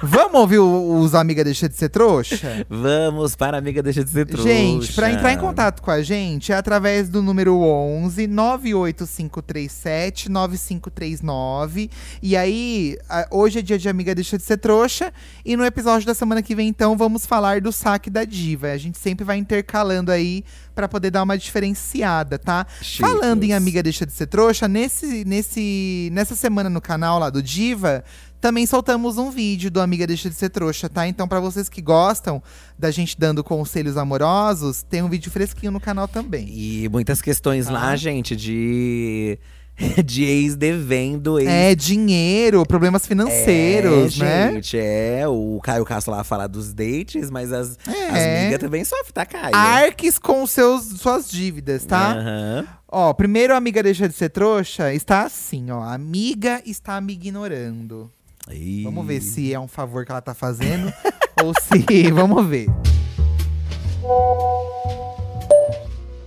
Vamos ouvir o- os Amiga Deixa de Ser [laughs] Trouxa? Vamos para Amiga Deixa de Ser Trouxa. Gente, pra entrar em contato com a gente é através do número 11 98537 9539. E aí, a- hoje é dia de Amiga Deixa de Ser Trouxa. E no episódio da semana que vem, então, vamos falar do saque da diva. A gente sempre vai intercalando aí pra poder dar uma diferenciada, tá? Chicos. Falando em Amiga Deixa de Ser Trouxa, nesse, nesse, nessa semana no canal lá do Diva, Também soltamos um vídeo do Amiga Deixa de Ser Trouxa, tá? Então, pra vocês que gostam da gente dando conselhos amorosos, tem um vídeo fresquinho no canal também. E muitas questões Tá. lá, gente, de. [laughs] De ex devendo, ex É, dinheiro, problemas financeiros, é, né? Gente, é. O Caio Castro lá fala dos dates, mas as, É. as migas também sofrem, tá, Caio? Arques com seus, suas dívidas, tá? É. Aham. Ó, primeiro a amiga deixa de ser trouxa, está assim, ó. A amiga está me ignorando. Ih. Vamos ver se é um favor que ela tá fazendo [laughs] ou se. Vamos ver.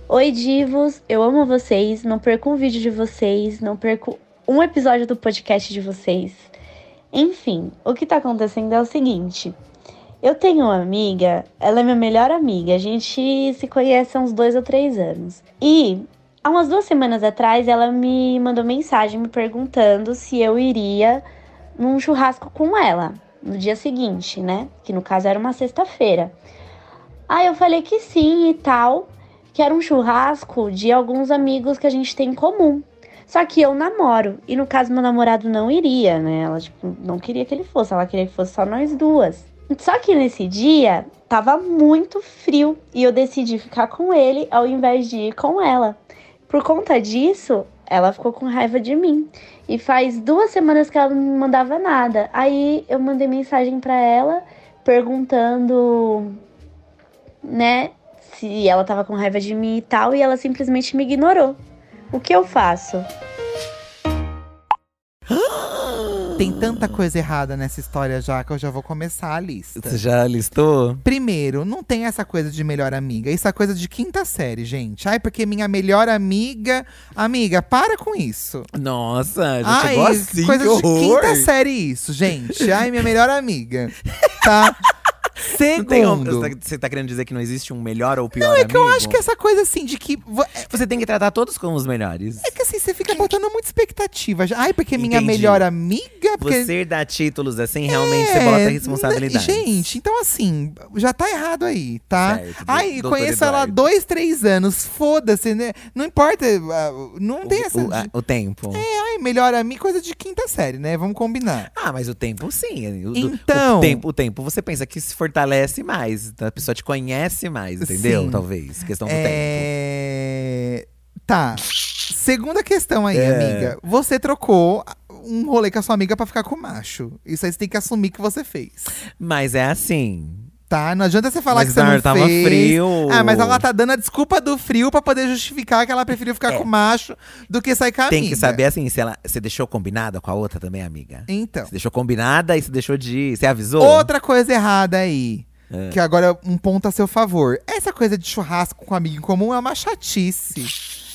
Oi, divos! Eu amo vocês, não perco um vídeo de vocês, não perco um episódio do podcast de vocês. Enfim, o que tá acontecendo é o seguinte. Eu tenho uma amiga, ela é minha melhor amiga, a gente se conhece há uns dois ou três anos. E há umas duas semanas atrás ela me mandou mensagem me perguntando se eu iria num churrasco com ela no dia seguinte, né? Que no caso era uma sexta-feira. Aí eu falei que sim e tal que era um churrasco de alguns amigos que a gente tem em comum. Só que eu namoro, e no caso meu namorado não iria, né? Ela tipo, não queria que ele fosse, ela queria que fosse só nós duas. Só que nesse dia tava muito frio e eu decidi ficar com ele ao invés de ir com ela. Por conta disso, ela ficou com raiva de mim. E faz duas semanas que ela não me mandava nada. Aí eu mandei mensagem pra ela perguntando, né, se ela tava com raiva de mim e tal, e ela simplesmente me ignorou. O que eu faço? Tem tanta coisa errada nessa história já que eu já vou começar a Você lista. já listou? Primeiro, não tem essa coisa de melhor amiga. Isso é coisa de quinta série, gente. Ai, porque minha melhor amiga. Amiga, para com isso. Nossa, a gente Ai, chegou assim, coisa que de horror. quinta série isso, gente. Ai, minha melhor amiga. [laughs] Tá? Não tem um- Segundo. você tá- Você tá querendo dizer que não existe um melhor ou pior não, amigo? É que eu acho que essa coisa assim de que. vo- É Você tem que tratar todos como os melhores. é que assim, você fica botando muita expectativa. Ai, porque minha Entendi. melhor amiga. Porque Você dá títulos assim, realmente É, você bota né, responsabilidade. Gente, então assim, já tá errado aí, tá? Certo, do- Ai, doutor conheço ela há Eduardo. dois, três anos, foda-se, né? Não importa, ah, não tem essa. o, de- É. a- o tempo. Ai, melhor a mim, coisa de quinta série, né? Vamos combinar. Ah, mas o tempo sim. é, O, Então- O tempo, o tempo, você pensa que se fortalece mais. A pessoa te conhece mais, entendeu? Sim. Talvez. Questão do tempo. É. Tá. Segunda questão aí, É. amiga. Você trocou um rolê com a sua amiga pra ficar com o macho. Isso aí você tem que assumir que você fez. Mas é assim. Tá? Não adianta você falar mas que você não tava fez. frio. Ah, mas ela tá dando a desculpa do frio pra poder justificar que ela preferiu ficar com o macho do que sair com a É. Tem amiga. que saber assim, se ela se deixou combinada com a outra também, amiga. Então. Se deixou combinada e se deixou de. Você avisou? Outra coisa errada aí. Que agora é um ponto a seu favor. Essa coisa de churrasco com amigo em comum é uma chatice.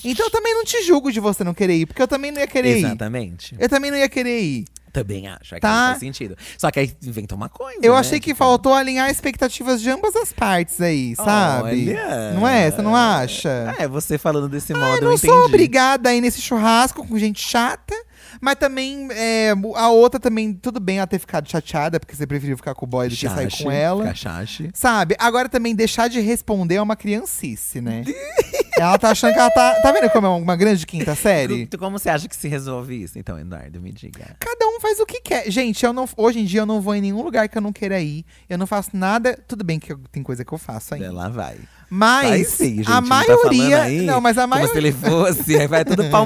Então eu também não te julgo de você não querer ir, porque eu também não ia querer Exatamente. ir. Eu também não ia querer ir. Também acho. É que Tá. não faz sentido. Só que aí inventa uma coisa. Eu né? achei que Tipo, faltou alinhar expectativas de ambas as partes aí, sabe? Olha. Não é? Você não acha? É, você falando desse modo, Eu eu Ah, não entendi. sou obrigada a ir nesse churrasco com gente chata. Mas também, é, a outra também, tudo bem ela ter ficado chateada, porque você preferiu ficar com o boy do que sair Chache, com ela. Cachache. Sabe? Agora também, deixar de responder é uma criancice, né? [laughs] ela tá achando que ela tá. Tá vendo como é uma grande quinta série? Tu- Como você acha que se resolve isso, então, Eduardo? Me diga. Cada um faz o que quer. Gente, eu não, hoje em dia eu não vou em nenhum lugar que eu não queira ir. Eu não faço nada. Tudo bem que eu- tem coisa que eu faço ainda. Ela vai. Mas Aí sim, gente. a não tá maioria. falando aí não, mas a Como se maioria. ele fosse, aí vai tudo pau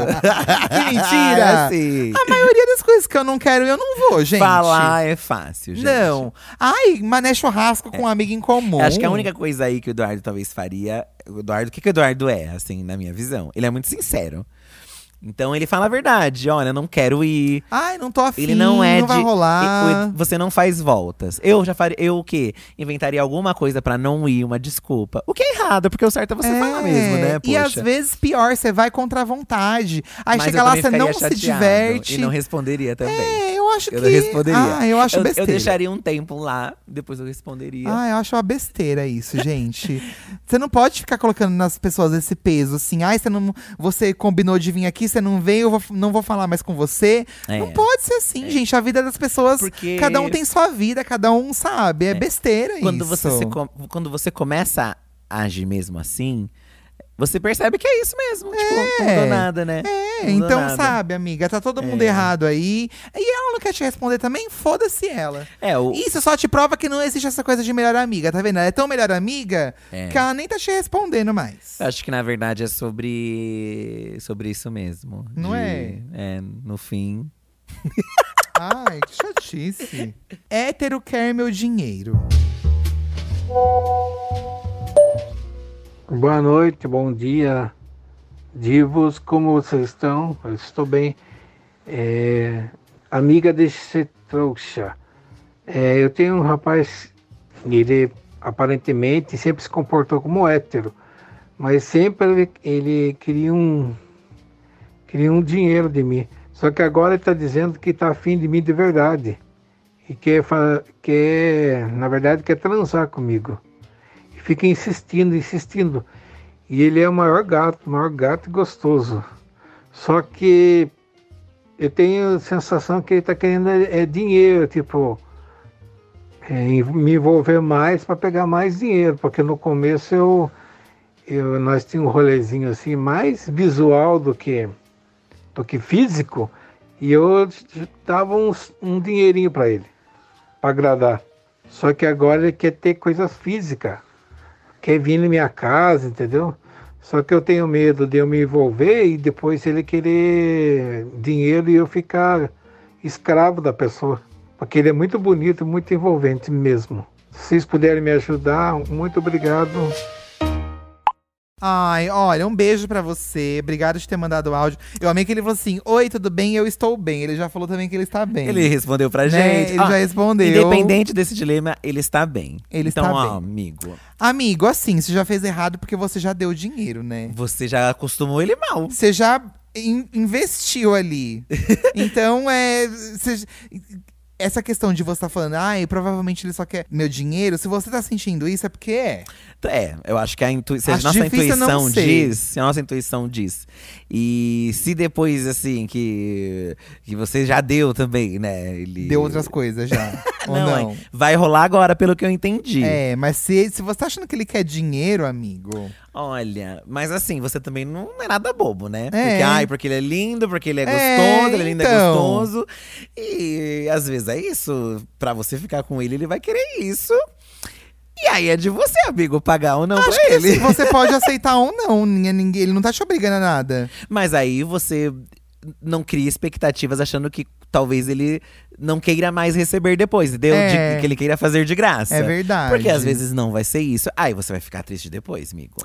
Que [laughs] mentira! É assim. A maioria das coisas que eu não quero, eu não vou, gente. Falar é fácil, gente. É. Não. Ai, mané churrasco com um amigo em comum. Acho que a única coisa aí que o Eduardo talvez faria. O Eduardo, o que, que o Eduardo é, assim, na minha visão? Ele é muito sincero. Então ele fala a verdade, olha, não quero ir. Ai, não tô afim, Ele não é de. vai e- rolar. o- Você não faz voltas. Eu já faria. Eu o quê? Inventaria alguma coisa pra não ir, uma desculpa. O que é errado, porque o certo é você É, falar mesmo, né? E às Poxa. vezes pior, você vai contra a vontade. Aí Mas chega eu lá, também você não ficaria se chateado diverte. E não responderia também. É, eu acho que. Eu não responderia. Ah, eu acho eu, besteira. deixaria um tempo lá, depois eu responderia. Ah, eu acho uma besteira isso, gente. você não pode ficar colocando nas pessoas esse peso, assim. Ai, você não, você combinou de vir aqui, você não veio, eu vou- não vou falar mais com você. É. Não pode ser assim, gente. A vida das pessoas, Porque- cada um tem sua vida, cada um sabe. É, besteira quando isso. você se com- quando você começa a agir mesmo assim Você percebe que é isso mesmo. Tipo, não mudou nada, né? É, Não mudou então nada. sabe, amiga, tá todo mundo É. errado aí. E ela não quer te responder também? Foda-se ela. É, o. Isso só te prova que não existe essa coisa de melhor amiga, tá vendo? Ela é tão melhor amiga É. que ela nem tá te respondendo mais. Acho que na verdade é sobre sobre isso mesmo. Não é? É, no fim. Ai, que chatice. Hétero quer meu dinheiro. Boa noite, bom dia, divos, como vocês estão? Eu estou bem. É, amiga, deixe ser trouxa. É, eu tenho um rapaz, ele aparentemente sempre se comportou como hétero, mas sempre ele, ele queria, um, queria um dinheiro de mim. Só que agora ele está dizendo que está afim de mim de verdade e quer, fa- quer, na verdade, quer transar comigo e fica insistindo, insistindo. E ele é o maior gato, o maior gato e gostoso. Só que eu tenho a sensação que ele está querendo é é dinheiro, tipo, é, em- me envolver mais para pegar mais dinheiro, porque no começo eu, eu nós tínhamos um rolezinho assim mais visual do que do que físico, e eu dava uns- um dinheirinho para ele, para agradar. Só que agora ele quer ter coisas físicas quer vir na minha casa, entendeu? Só que eu tenho medo de eu me envolver e depois ele querer dinheiro e eu ficar escravo da pessoa. Porque ele é muito bonito, muito envolvente mesmo. Se vocês puderem me ajudar, muito obrigado. Ai, olha, um beijo pra você. Obrigado de ter mandado o áudio. Eu amei que ele falou assim: Oi, tudo bem? Eu estou bem. Ele já falou também que ele está bem. Ele respondeu pra Né? gente. Ele Ó, já respondeu. Independente desse dilema, ele está bem. Ele então, está ó, bem. amigo, Amigo, assim, você já fez errado porque você já deu dinheiro, né? você já acostumou ele mal. Você já in- investiu [laughs] ali. então, é. você- essa questão de você tá falando, ai, provavelmente ele só quer meu dinheiro. Se você tá sentindo isso, é porque é. É, eu acho que a, intui se a Acho nossa difícil, eu não intuição sei. diz. Se a nossa intuição diz. E se depois, assim, que, que você já deu também, né? Ele Deu outras coisas já. [laughs] ou Não, não. hein? Vai rolar agora, pelo que eu entendi. É, mas se, se você tá achando que ele quer dinheiro, amigo. Olha, mas assim, você também não é nada bobo, né? É. Porque, ai, porque ele é lindo, porque ele é É, gostoso, ele é lindo, é então. gostoso. E às vezes é isso. Pra você ficar com ele, ele vai querer isso. E aí é de você, amigo, pagar ou não Acho pra que ele. assim, você pode aceitar ou não. Ninguém, ninguém- ele não tá te obrigando a nada. Mas aí você não cria expectativas achando que talvez ele não queira mais receber depois, entendeu? É. De- que ele queira fazer de graça. É verdade. Porque às vezes não vai ser isso. Aí você vai ficar triste depois, amigo.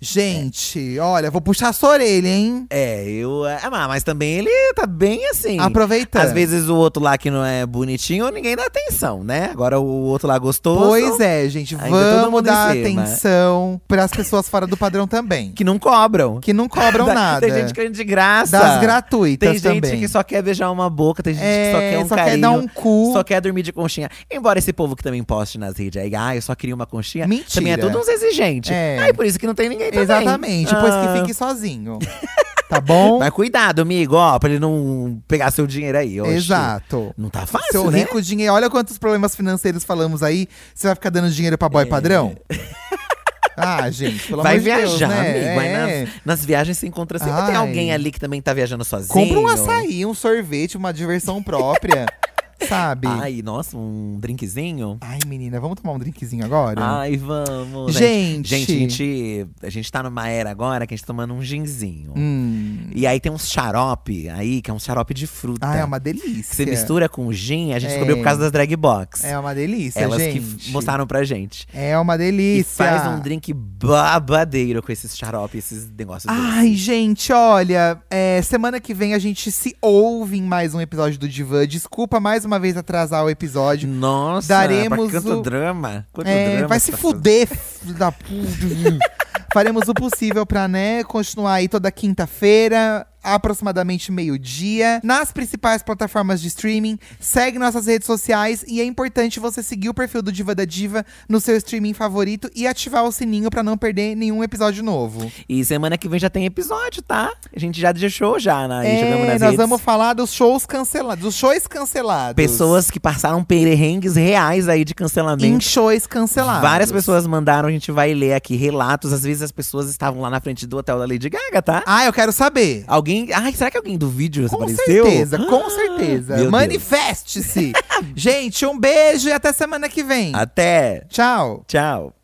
Gente, olha, vou puxar a sua orelha, hein? É, eu. Ah, mas também ele tá bem assim. Aproveitando. Às vezes o outro lá que não é bonitinho, ninguém dá atenção, né? Agora o outro lá gostoso. Pois é, gente, Ainda todo vamos mundo em dar cima. atenção pras pessoas fora do padrão também. Que não cobram. Que não é, cobram [laughs] Dá- nada. Tem gente que é de graça. das gratuitas Tem gente também. que só quer beijar uma boca, tem gente que só É, quer um só carinho. quer dar um cu. Só quer dormir de conchinha. Embora esse povo que também poste nas redes aí, ah, eu só queria uma conchinha. Mentira. Também é todo uns exigentes. É. Ai, por isso que não tem ninguém também. Exatamente, pois Ah. que fique sozinho. tá bom? Mas cuidado, amigo, ó, pra ele não pegar seu dinheiro aí. Oxe. Exato. Não tá fácil, Seu né? rico dinheiro. Olha quantos problemas financeiros falamos aí. Você vai ficar dando dinheiro pra boy [laughs] padrão? Ah, gente, pelo É. Vai amor de Deus, viajar, né? amigo. Vai É. nas, nas viagens se encontra sempre. Tem Ai. alguém ali que também tá viajando sozinho. Compra um açaí, um sorvete, uma diversão [laughs] própria, sabe? Ai. Ai, nossa, um drinkzinho. menina, vamos tomar um drinkzinho agora? Ai, vamos. Ah, né? Gente. Gente, a gente, a gente tá numa era agora que a gente tá tomando um ginzinho. Hum. E aí tem um xarope aí, que é um xarope de fruta. Ah, é uma que delícia. você mistura com gin, a gente É. descobriu por causa das drag box. É uma delícia, Elas gente. que mostraram pra gente. É uma E delícia. faz um drink babadeiro com esses xarope, esses negócios. Ai, gente, olha, é, semana que vem a gente se ouve em mais um episódio do Divã. Desculpa mais uma vez atrasar o doces. episódio. Nossa, daremos pra quanto o- drama. Quanto É, drama vai você se tá fazendo. fuder, [laughs] filho da puta. Faremos o possível pra, né, continuar aí toda quinta-feira. aproximadamente meio-dia, nas principais plataformas de streaming. Segue nossas redes sociais e é importante você seguir o perfil do Diva da Diva no seu streaming favorito e ativar o sininho pra não perder nenhum episódio novo. E semana que vem já tem episódio, tá? A gente já deixou já né? na É, jogamos nas nós redes. vamos falar dos shows cancelados, dos shows cancelados. Pessoas que passaram perrengues reais aí de em cancelamento. shows cancelados. Várias pessoas mandaram, a gente vai ler aqui relatos. Às vezes as pessoas estavam lá na frente do hotel da Lady Gaga, tá? Ah, eu quero saber. Alguém. Ai, será que alguém do vídeo Com apareceu? certeza, com Ah, meu certeza. Deus. [laughs] Manifeste-se. Gente, um beijo e até semana que vem. Até. Tchau. Tchau.